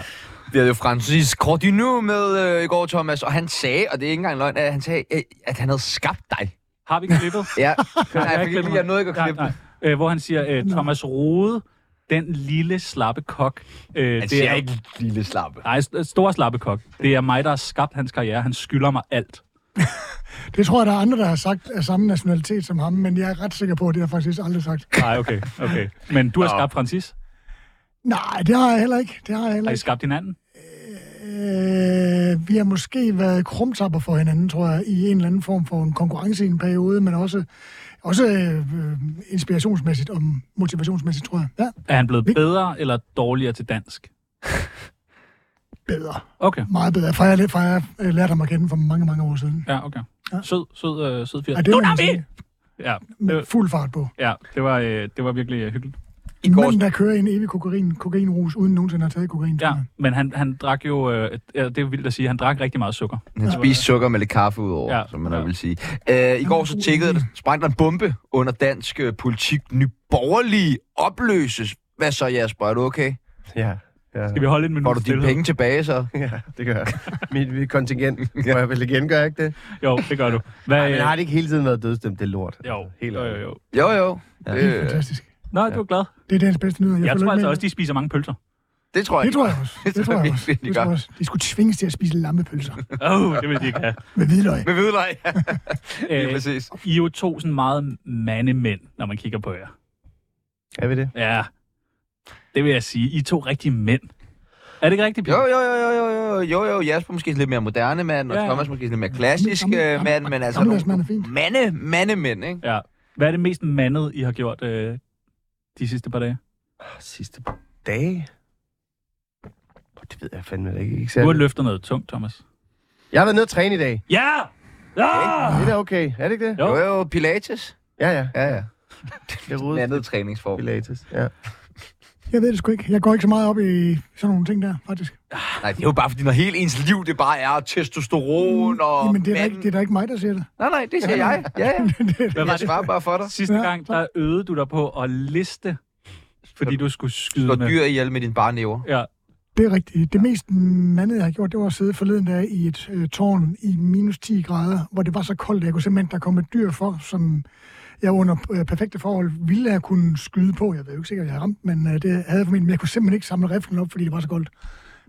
[SPEAKER 1] Vi havde jo Francis Cordino med øh, i går, Thomas, og han sagde, og det er ikke engang løgn, at han sagde, øh, at han havde skabt dig.
[SPEAKER 2] Har vi klippet? [laughs]
[SPEAKER 1] Ja,
[SPEAKER 2] Nej,
[SPEAKER 1] nej, jeg fik
[SPEAKER 2] klippet
[SPEAKER 1] lige,
[SPEAKER 2] mig.
[SPEAKER 1] jeg nåede ikke at
[SPEAKER 2] Nej,
[SPEAKER 1] klippe
[SPEAKER 2] nej.
[SPEAKER 1] det.
[SPEAKER 2] Øh, hvor han siger, øh, Thomas Rode, den lille slappe kok. Øh,
[SPEAKER 1] Han
[SPEAKER 2] det
[SPEAKER 1] siger
[SPEAKER 2] er
[SPEAKER 1] ikke lille slappe.
[SPEAKER 2] Nej, st- stor slappe kok. Det er mig, der har skabt hans karriere. Han skylder mig alt.
[SPEAKER 4] Det tror jeg, der er andre, der har sagt af samme nationalitet som ham, men jeg er ret sikker på, at det har jeg faktisk aldrig sagt.
[SPEAKER 2] Nej, okay, okay. Men du har skabt Francis.
[SPEAKER 4] Nej, det har jeg heller ikke. Det har jeg heller
[SPEAKER 2] Har I
[SPEAKER 4] ikke.
[SPEAKER 2] skabt hinanden?
[SPEAKER 4] Øh, vi har måske været krumtapper for hinanden, tror jeg, i en eller anden form for en konkurrence i en periode, men også, også øh, inspirationsmæssigt og motivationsmæssigt, tror jeg. Ja,
[SPEAKER 2] Er han blevet
[SPEAKER 4] Vi-
[SPEAKER 2] bedre eller dårligere til dansk?
[SPEAKER 4] bedre.
[SPEAKER 2] Okay,
[SPEAKER 4] Meget bedre. For jeg, for jeg øh, lærte ham at kende for mange, mange år siden.
[SPEAKER 2] ja, okay.
[SPEAKER 4] Ja.
[SPEAKER 2] Sød, sød, øh, sød fyr.
[SPEAKER 4] Ja, det må man sige.
[SPEAKER 2] Ja, det,
[SPEAKER 4] Med
[SPEAKER 2] var-
[SPEAKER 4] fuld fart på.
[SPEAKER 2] ja, det var, øh, det var virkelig øh, hyggeligt.
[SPEAKER 1] I går,
[SPEAKER 4] Manden, der kører i en evig kokain, kokainrus, uden nogensinde at have taget kokain. tror
[SPEAKER 2] Ja,
[SPEAKER 4] jeg.
[SPEAKER 2] men han, han drak jo, øh, ja, det er vildt at sige, han drak rigtig meget sukker.
[SPEAKER 1] han spiste sukker med lidt kaffe udover,
[SPEAKER 2] Ja.
[SPEAKER 1] ja. som man
[SPEAKER 2] Ja.
[SPEAKER 1] nok vil sige. Øh, I går så tjekkede det, sprang der en bombe under dansk øh, politik. Ny borgerlige opløses. Hvad så, Jasper? Er du okay?
[SPEAKER 3] ja, ja.
[SPEAKER 2] Skal vi holde en
[SPEAKER 1] Får
[SPEAKER 2] minut
[SPEAKER 1] du dine
[SPEAKER 2] stillhed?
[SPEAKER 1] penge tilbage så?
[SPEAKER 3] ja,
[SPEAKER 2] [laughs]
[SPEAKER 3] det gør jeg. Mit, mit kontingent må jeg vel igen, gør jeg ikke det?
[SPEAKER 2] Jo, det gør du. Hvad,
[SPEAKER 3] Ej, men
[SPEAKER 2] øh,
[SPEAKER 3] har det ikke hele tiden været dødstemt, det lort?
[SPEAKER 2] jo,
[SPEAKER 3] Helt
[SPEAKER 2] jo, jo,
[SPEAKER 3] ærligt.
[SPEAKER 2] jo.
[SPEAKER 1] Jo, jo.
[SPEAKER 3] Ja.
[SPEAKER 1] Det, øh,
[SPEAKER 4] Fantastisk.
[SPEAKER 2] Nå, du er glad.
[SPEAKER 4] Det er dagens bedste nyhed.
[SPEAKER 2] Jeg
[SPEAKER 4] følger
[SPEAKER 2] tror
[SPEAKER 4] ikke
[SPEAKER 2] altså
[SPEAKER 4] med.
[SPEAKER 2] også, de spiser mange pølser.
[SPEAKER 1] det tror jeg
[SPEAKER 4] Det tror jeg også.
[SPEAKER 1] Det
[SPEAKER 4] Det
[SPEAKER 1] tror
[SPEAKER 2] [laughs]
[SPEAKER 4] tror
[SPEAKER 1] jeg
[SPEAKER 4] jeg
[SPEAKER 1] virkelig,
[SPEAKER 4] også.
[SPEAKER 1] de
[SPEAKER 4] Det tror
[SPEAKER 1] gør.
[SPEAKER 4] jeg også. De skulle tvinges til at spise lammepølser
[SPEAKER 2] Åh, oh, det vil de ikke have.
[SPEAKER 4] med hvidløg.
[SPEAKER 1] Med hvidløg. Lige
[SPEAKER 2] Øh,
[SPEAKER 1] præcis.
[SPEAKER 2] I er jo to sådan meget mandemænd, når man kigger på jer.
[SPEAKER 3] Er vi det?
[SPEAKER 2] Ja, det vil jeg sige. I er to rigtige mænd. Er det ikke rigtigt,
[SPEAKER 1] Jo,
[SPEAKER 2] Peter?
[SPEAKER 1] jo, jo, jo, jo, jo, jo, jo, Jasper måske lidt mere moderne mand, og
[SPEAKER 2] Ja.
[SPEAKER 1] Thomas måske lidt mere klassisk
[SPEAKER 4] Gammel-
[SPEAKER 1] øh,
[SPEAKER 4] gammel-
[SPEAKER 1] mand, men altså
[SPEAKER 4] gammeldags
[SPEAKER 1] nogle
[SPEAKER 4] mand er fint.
[SPEAKER 1] mande, mandemænd, ikke?
[SPEAKER 2] Ja. Hvad er det mest mandede, I har gjort øh, de sidste par dage?
[SPEAKER 3] Sidste dag? Åh, Det ved jeg fandme da ikke. ikke
[SPEAKER 2] Du har
[SPEAKER 3] særlig.
[SPEAKER 2] løftet noget tungt, Thomas.
[SPEAKER 3] jeg har været nede og træne i dag.
[SPEAKER 2] Ja! Ja!
[SPEAKER 3] Det er da okay, er det ikke det?
[SPEAKER 2] Ah. Jo.
[SPEAKER 1] Jo, jo, Pilates.
[SPEAKER 3] Ja, ja.
[SPEAKER 1] Ja,
[SPEAKER 2] [laughs]
[SPEAKER 1] ja.
[SPEAKER 3] Det er
[SPEAKER 1] En
[SPEAKER 3] rodet.
[SPEAKER 1] anden træningsform.
[SPEAKER 3] Pilates. Ja.
[SPEAKER 4] Jeg ved det sgu ikke. Jeg går ikke så meget op i sådan nogle ting der, faktisk.
[SPEAKER 1] Nej, det er jo bare fordi, når hele ens liv, det bare er testosteron og
[SPEAKER 4] Mm. Jamen, det er, da
[SPEAKER 1] manden.
[SPEAKER 4] ikke, det er da ikke mig, der siger det. [laughs]
[SPEAKER 1] Nej, nej, det siger jeg. Ja, ja.
[SPEAKER 2] Hvad var
[SPEAKER 1] Jeg
[SPEAKER 2] det?
[SPEAKER 1] svarer bare for dig.
[SPEAKER 2] Sidste
[SPEAKER 4] Ja,
[SPEAKER 2] gang, der øvede du dig på at liste, fordi du skulle skyde
[SPEAKER 1] Slå
[SPEAKER 2] med.
[SPEAKER 1] dyr ihjel med dine bare næver.
[SPEAKER 2] Ja.
[SPEAKER 4] Det er rigtigt. Det mest mandet, jeg har gjort, det var at sidde forleden dag i et øh, tårn i minus 10 grader, hvor det var så koldt, at jeg kunne simpelthen, der kom et dyr for, som jeg under øh, perfekte forhold ville have kunnet skyde på. Jeg ved jo ikke sikkert, at jeg har ramt, men øh, det havde jeg formentlig. Men jeg kunne simpelthen ikke samle riflen op, fordi det var så koldt.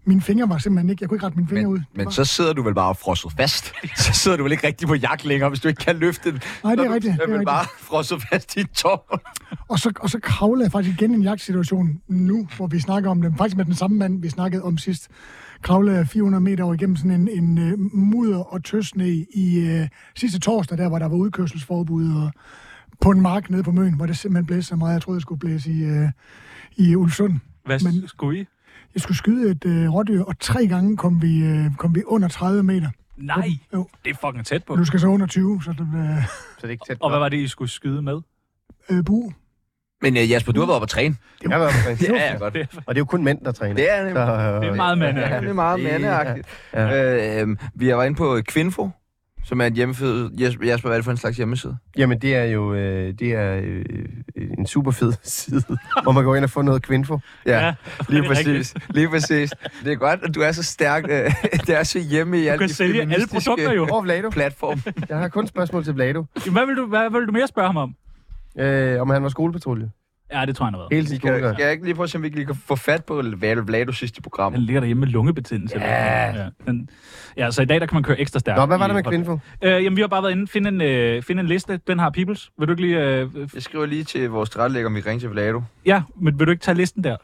[SPEAKER 4] Mine fingre var simpelthen ikke... Jeg kunne ikke rette mine fingre ud.
[SPEAKER 1] Men,
[SPEAKER 4] Det var-
[SPEAKER 1] men så sidder du vel bare frosset fast. [laughs] Så sidder du vel ikke rigtig på jagt længere, hvis du ikke kan løfte den.
[SPEAKER 4] Nej, det er
[SPEAKER 1] Når
[SPEAKER 4] rigtigt, det
[SPEAKER 1] Du
[SPEAKER 4] er
[SPEAKER 1] men
[SPEAKER 4] rigtigt.
[SPEAKER 1] bare frosset fast i tårn.
[SPEAKER 4] Og så, og så kravlede jeg faktisk igen i en jagtsituation nu, hvor vi snakker om det. Faktisk med den samme mand, vi snakkede om sidst. Kravlede jeg 400 meter over igennem sådan en, en øh, mudder og tøsne i øh, sidste torsdag, der hvor der var udkørselsforbud og på en mark nede på Møn, hvor det simpelthen blæste så meget, jeg troede, jeg skulle blæse i, øh, i Ulfsund.
[SPEAKER 2] Hvad
[SPEAKER 4] Men-
[SPEAKER 2] Men... skulle I?
[SPEAKER 4] Jeg skulle skyde et øh, rådyr, og tre gange kom vi, øh, kom vi under 30 meter.
[SPEAKER 2] Nej,
[SPEAKER 4] Jo.
[SPEAKER 2] det er fucking tæt på.
[SPEAKER 4] Nu skal jeg så under 20, så det
[SPEAKER 3] Så
[SPEAKER 4] blev
[SPEAKER 3] det er ikke tæt.
[SPEAKER 2] Og hvad
[SPEAKER 3] nok.
[SPEAKER 2] var det, I skulle skyde med?
[SPEAKER 4] øh, bu.
[SPEAKER 1] Men uh, Jasper, du har været oppe at træne.
[SPEAKER 3] Jeg har været på
[SPEAKER 2] [laughs]
[SPEAKER 3] træning.
[SPEAKER 1] ja, godt.
[SPEAKER 2] Det,
[SPEAKER 3] Og det er jo kun mænd, der træner.
[SPEAKER 1] Det er nemlig.
[SPEAKER 3] Så, øh,
[SPEAKER 2] det er meget
[SPEAKER 1] Ja,
[SPEAKER 2] mandagtigt.
[SPEAKER 1] det er meget
[SPEAKER 3] Ja.
[SPEAKER 1] mandeagtigt. Ja. Øh, vi har været inde på Kvinfo, som er en hjemmeside. Jes- Jasper, hvad er det for en slags hjemmeside?
[SPEAKER 3] Jamen, det er jo øh, det er, øh, en super fed [laughs] side, hvor man går ind og får noget kvindfo.
[SPEAKER 1] Ja,
[SPEAKER 2] Ja,
[SPEAKER 1] ja [laughs] lige
[SPEAKER 2] det er
[SPEAKER 1] præcis. Lige præcis. Det er godt, at du er så stærk. øh, [laughs] det er så hjemme i
[SPEAKER 2] Du
[SPEAKER 1] alle
[SPEAKER 2] kan
[SPEAKER 1] de
[SPEAKER 2] sælge alle
[SPEAKER 1] feministiske
[SPEAKER 2] produkter jo.
[SPEAKER 3] Hvor Vlado?
[SPEAKER 1] platform.
[SPEAKER 3] Jeg har kun spørgsmål til Vlado,
[SPEAKER 2] Jamen, Hvad vil du, hvad vil du mere spørge ham om?
[SPEAKER 3] øh, om han var skolepatrulje.
[SPEAKER 2] Ja, det tror jeg, han har været.
[SPEAKER 3] Hele sin
[SPEAKER 1] Vi kan,
[SPEAKER 3] skolegang.
[SPEAKER 1] kan jeg ikke lige prøve at se, om vi kan lige kan få fat på Val Vlados sidste program?
[SPEAKER 2] Han ligger derhjemme med lungebetændelse.
[SPEAKER 1] Ja.
[SPEAKER 2] Ja. Den, ja, så i dag der kan man køre ekstra stærkt.
[SPEAKER 3] Nå, hvad var det med
[SPEAKER 2] i-
[SPEAKER 3] kvindfo?
[SPEAKER 2] Øh, jamen, vi har bare været inde finde en, øh, finde en liste. Den har Peoples. Vil du ikke lige... Øh, f-
[SPEAKER 1] Jeg skriver lige til vores tilrettelægger, om vi ringer til Vlado.
[SPEAKER 2] ja, men vil du ikke tage listen der?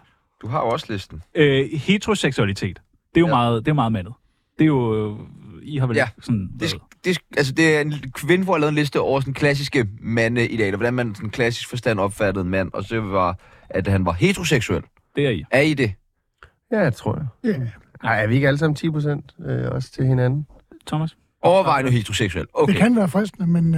[SPEAKER 1] Du har jo også listen.
[SPEAKER 2] Øh, heteroseksualitet. Det er jo
[SPEAKER 1] Ja.
[SPEAKER 2] ja. meget, det er meget mandet. Det er jo... Øh, I har vel
[SPEAKER 1] Ja.
[SPEAKER 2] ja. sådan...
[SPEAKER 1] Det, sk- det, sk- altså, det er en kvinde, der har lavet en liste over sådan klassiske mande i dag, eller hvordan man sådan klassisk forstand opfattede en mand, og så var, at han var heteroseksuel.
[SPEAKER 2] Det er I.
[SPEAKER 1] Er I det?
[SPEAKER 3] Ja, det tror jeg.
[SPEAKER 4] Yeah.
[SPEAKER 3] Ej, er vi ikke alle sammen 10 procent øh, også til hinanden?
[SPEAKER 2] Thomas?
[SPEAKER 1] Overvej nu heteroseksuel. Okay.
[SPEAKER 4] Det kan være fristende, men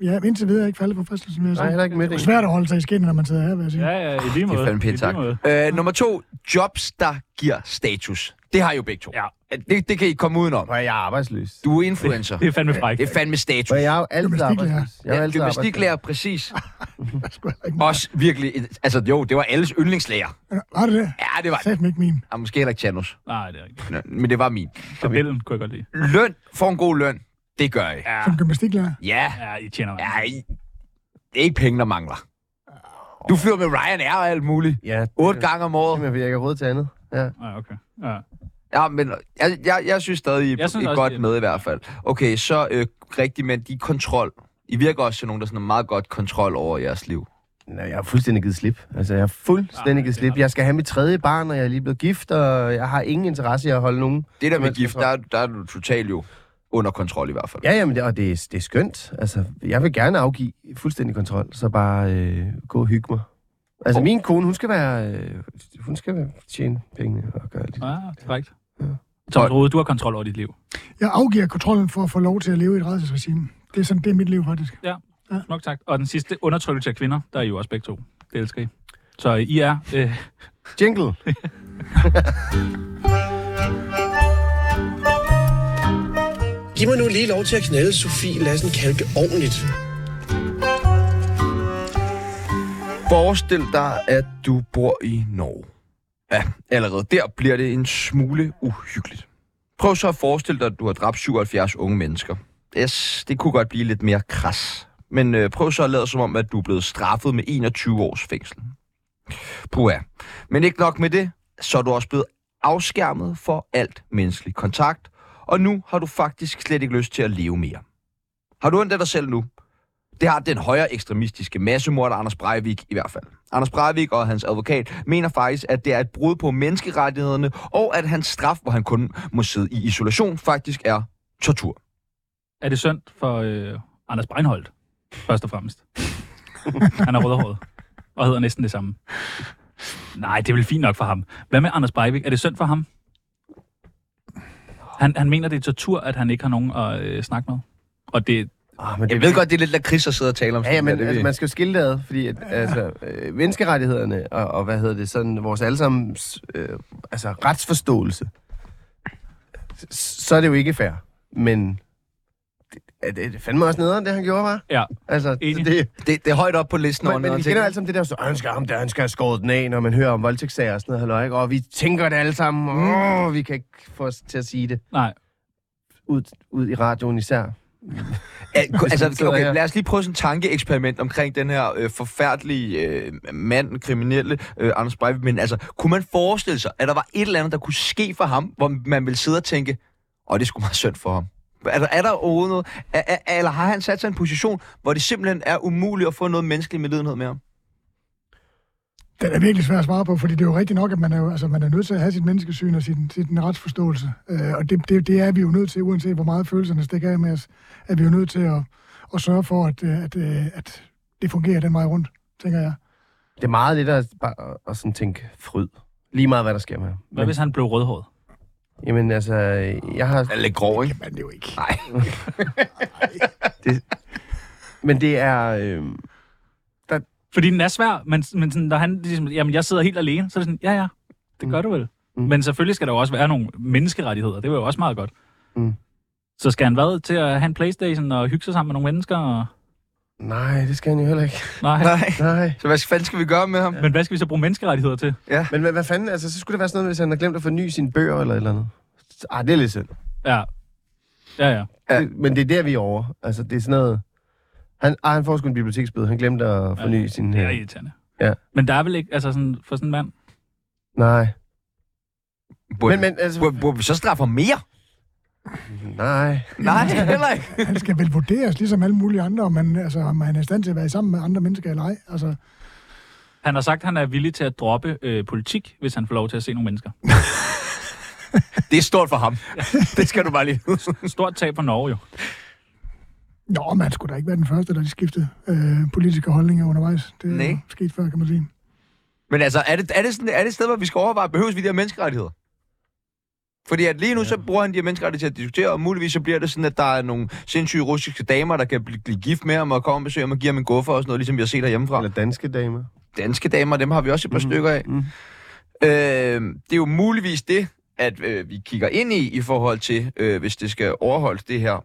[SPEAKER 4] øh, ja, indtil videre er jeg ikke faldet for fristelsen, vil jeg
[SPEAKER 3] Nej,
[SPEAKER 4] sige.
[SPEAKER 3] heller ikke med
[SPEAKER 4] Det er
[SPEAKER 3] det.
[SPEAKER 4] svært at holde sig i skinnet, når man sidder her, vil jeg sige.
[SPEAKER 2] Ja, ja, i lige måde.
[SPEAKER 1] Det er fandme
[SPEAKER 2] I
[SPEAKER 1] pænt
[SPEAKER 2] lige
[SPEAKER 1] sagt.
[SPEAKER 2] måde.
[SPEAKER 1] Øh, nummer to, jobs, der giver status. Det har I jo begge to.
[SPEAKER 2] Ja.
[SPEAKER 1] Det, det kan I komme udenom.
[SPEAKER 3] Hvor er jeg arbejdsløs?
[SPEAKER 1] Du er influencer.
[SPEAKER 2] Det er fandme frækt.
[SPEAKER 1] Det er fandme status.
[SPEAKER 3] Hvor er jeg jo altid
[SPEAKER 4] Gymnastiklærer.
[SPEAKER 3] arbejdsløs. Jeg er jo
[SPEAKER 1] Ja,
[SPEAKER 3] altid
[SPEAKER 1] gymnastiklærer, præcis.
[SPEAKER 4] Det er sgu heller ikke-
[SPEAKER 1] Også virkelig, et- altså jo, det var alles yndlingslærer.
[SPEAKER 4] Var det det?
[SPEAKER 1] Ja, det var det.
[SPEAKER 4] Sæt mig ikke min.
[SPEAKER 1] Ja, måske heller ikke Tjanos,
[SPEAKER 2] Nej, det er ikke.
[SPEAKER 1] Nå, men det var min.
[SPEAKER 2] Kabellen kunne jeg godt lide.
[SPEAKER 1] Løn, får en god løn, det gør I.
[SPEAKER 2] Ja,
[SPEAKER 4] Som gymnastiklærer.
[SPEAKER 1] Ja,
[SPEAKER 2] ja I tjener mig.
[SPEAKER 1] ja I, det er ikke penge, der mangler. Du flyver med Ryanair og alt muligt.
[SPEAKER 3] Ja, det er-
[SPEAKER 1] Otte gange om året.
[SPEAKER 3] Jamen, vi ikke har råd til andet. Ja.
[SPEAKER 2] Ja, okay. Ja.
[SPEAKER 1] Ja, men jeg, jeg, jeg synes stadig, I
[SPEAKER 2] Jeg synes
[SPEAKER 1] er
[SPEAKER 2] også,
[SPEAKER 1] godt
[SPEAKER 2] I er-
[SPEAKER 1] med i hvert fald. Okay, så øh, rigtig mænd, de er kontrol. I virker også til nogen, der sådan har meget godt kontrol over jeres liv.
[SPEAKER 3] Nej, jeg har fuldstændig givet slip. Altså, jeg har fuldstændig
[SPEAKER 1] Ah,
[SPEAKER 2] Nej,
[SPEAKER 3] givet
[SPEAKER 2] det har
[SPEAKER 3] slip. Jeg skal have mit tredje barn, og jeg er lige blevet gift, og jeg har ingen interesse i at holde nogen.
[SPEAKER 1] Det der med
[SPEAKER 3] Men-
[SPEAKER 1] gift, der, der er du totalt jo under kontrol i hvert fald.
[SPEAKER 3] Ja, jamen, det, og det, er- det er skønt. Altså, jeg vil gerne afgive fuldstændig kontrol, så bare øh, gå og hygge mig. Altså, min kone, hun skal være... Øh, hun skal være, tjene penge og gøre lidt.
[SPEAKER 2] Ja, Ah, korrekt. Thomas Rode, du har kontrol over dit liv.
[SPEAKER 4] Jeg afgiver kontrollen for at få lov til at leve i et redselsregime. Det er sådan, det er mit liv faktisk.
[SPEAKER 2] Smukt sagt. Og den sidste, undertrykkelse af kvinder, der er I jo også begge to. Det elsker I. Så I er... Øh,
[SPEAKER 3] Jingle!
[SPEAKER 6] Giv mig nu lige lov til at knalde Sofie Lassen Kalke ordentligt.
[SPEAKER 1] Forestil dig, at du bor i Norge. Ja, allerede der bliver det en smule uhyggeligt. Prøv så at forestille dig, at du har dræbt 77 unge mennesker. Yes, det kunne godt blive lidt mere kras. Men øh, prøv så at lade som om, at du er blevet straffet med 21 års fængsel. Puha. Men ikke nok med det, så er du også blevet afskærmet for alt menneskelig kontakt, og nu har du faktisk slet ikke lyst til at leve mere. Har du ondt af dig selv nu? Det har den højere ekstremistiske massemorder Anders Breivik i hvert fald. Anders Breivik og hans advokat mener faktisk, at det er et brud på menneskerettighederne, og at hans straf, hvor han kun må sidde i isolation, faktisk er tortur.
[SPEAKER 2] er det synd for øh, Anders Breinholt, først og [laughs] fremmest? Han er rødhåret og hedder næsten det samme. Nej, det er vel fint nok for ham. Hvad med Anders Breivik? Er det synd for ham? Han, han mener, det er tortur, at han ikke har nogen at øh, snakke med. Og det,
[SPEAKER 3] Ah, men
[SPEAKER 1] Jeg ved godt, det er lidt lakrids at sidde og tale om.
[SPEAKER 3] Ja, ja, men
[SPEAKER 1] det,
[SPEAKER 3] altså, man skal jo skille det ad, fordi at, altså, øh, menneskerettighederne og, og, hvad hedder det, sådan vores allesammens øh, altså, retsforståelse, s- så er det jo ikke fair. Men det, er det, det fandme også nederen, det han gjorde, var.
[SPEAKER 2] ja,
[SPEAKER 3] Altså,
[SPEAKER 2] Enig.
[SPEAKER 3] det,
[SPEAKER 1] det, det er højt op på listen over
[SPEAKER 3] men, men
[SPEAKER 1] noget.
[SPEAKER 3] vi kender altså jo alle sammen det der, så "Åh, han skal ham der, han skal have skåret den af, når man hører om voldtægtssager og sådan noget, halløj, ikke? og vi tænker det alle sammen, og vi kan ikke få os til at sige det
[SPEAKER 2] nej.
[SPEAKER 3] ud, ud i radioen især.
[SPEAKER 1] [laughs] Al- altså,
[SPEAKER 3] sidder her.
[SPEAKER 1] okay, lad os lige prøve sådan et tankeeksperiment omkring den her øh, forfærdelige øh, mand, kriminelle øh, Anders Breivik. Men altså, kunne man forestille sig, at der var et eller andet, der kunne ske for ham, hvor man ville sidde og tænke, åh, det skulle meget synd for ham. Er der, er der overhovedet noget? Er, er, eller har han sat sig i en position, hvor det simpelthen er umuligt at få noget menneskelig medlidenhed med ham?
[SPEAKER 4] Den er virkelig svær at svare på, fordi det er jo rigtigt nok, at man er, jo, altså, man er nødt til at have sit menneskesyn og sin, sin retsforståelse. Øh, og det, det, det er vi jo nødt til, uanset hvor meget følelserne stikker af med os, er vi jo nødt til at, at sørge for, at, øh, at, øh, at det fungerer den vej rundt, tænker jeg.
[SPEAKER 3] Det er meget lidt at, bare, at sådan tænke fryd. Lige meget, hvad der sker med ham.
[SPEAKER 2] Hvad hvis han blev rødhåret?
[SPEAKER 3] Jamen altså, jeg har...
[SPEAKER 1] Er lidt grov, ikke?
[SPEAKER 4] Men det er jo ikke.
[SPEAKER 1] Nej.
[SPEAKER 3] Men det er... Øh,
[SPEAKER 2] Fordi den er svær, men, men sådan, når han ligesom, jamen jeg sidder helt alene, så er det sådan, ja ja, det gør du vel.
[SPEAKER 3] Mm.
[SPEAKER 2] Mm. Men selvfølgelig skal der jo også være nogle menneskerettigheder, det var jo også meget godt.
[SPEAKER 3] Mm.
[SPEAKER 2] Så skal han hvad til at have en Playstation og hygge sig sammen med nogle mennesker? Og...
[SPEAKER 3] nej, det skal han jo heller ikke. [laughs]
[SPEAKER 2] Nej. Nej.
[SPEAKER 1] Nej.
[SPEAKER 3] Nej.
[SPEAKER 1] Så hvad fanden skal vi gøre med ham?
[SPEAKER 2] Men hvad skal vi så bruge menneskerettigheder til?
[SPEAKER 3] Men hvad, hvad fanden? Altså, så skulle det være sådan noget, hvis han har glemt at forny sine bøger eller et eller andet. Ah, det er lidt synd.
[SPEAKER 2] Ja. Ja, ja.
[SPEAKER 1] Ja.
[SPEAKER 3] Ja. Det, men det er der, vi er over. Altså, det er sådan noget... Han, ah, han får sgu en biblioteksbøde. Han glemte at forny ja. sin...
[SPEAKER 2] Det er
[SPEAKER 3] Øh,
[SPEAKER 2] irriterende.
[SPEAKER 3] Ja.
[SPEAKER 2] Men der er vel ikke, altså sådan, for sådan en mand,
[SPEAKER 3] nej.
[SPEAKER 1] Burde,
[SPEAKER 3] Men, men altså...
[SPEAKER 1] burde, burde vi så straffe ham mere?
[SPEAKER 3] Nej.
[SPEAKER 1] [laughs] Nej, heller ikke.
[SPEAKER 4] Han skal vel vurderes, ligesom alle mulige andre, om han, altså, om han er i stand til at være sammen med andre mennesker eller ej. Altså,
[SPEAKER 2] han har sagt, at han er villig til at droppe øh, politik, hvis han får lov til at se nogle mennesker.
[SPEAKER 1] Det er stort for ham. [laughs] Det skal du bare lige huske.
[SPEAKER 2] Stort tab for Norge jo.
[SPEAKER 4] nå, man skulle da ikke være den første, der lige skiftede øh, politiske holdninger undervejs. Det er
[SPEAKER 1] Nej.
[SPEAKER 4] Nej. sket før, kan man sige.
[SPEAKER 1] Men altså, er det, er det, sådan, er det et sted, hvor vi skal overveje, behøves vi de her menneskerettigheder? Fordi at lige nu, ja. så bruger han de her menneskerettigheder til at diskutere, og muligvis så bliver det sådan, at der er nogle sindssyge russiske damer, der kan blive, blive gift med ham og komme og besøge ham og give ham en guffer og sådan noget, ligesom vi har set herhjemmefra.
[SPEAKER 3] Eller danske damer.
[SPEAKER 1] Danske damer, dem har vi også et par mm. stykker af.
[SPEAKER 3] Mm.
[SPEAKER 1] Øh, det er jo muligvis det, at øh, vi kigger ind i, i forhold til, øh, hvis det skal overholdes det her.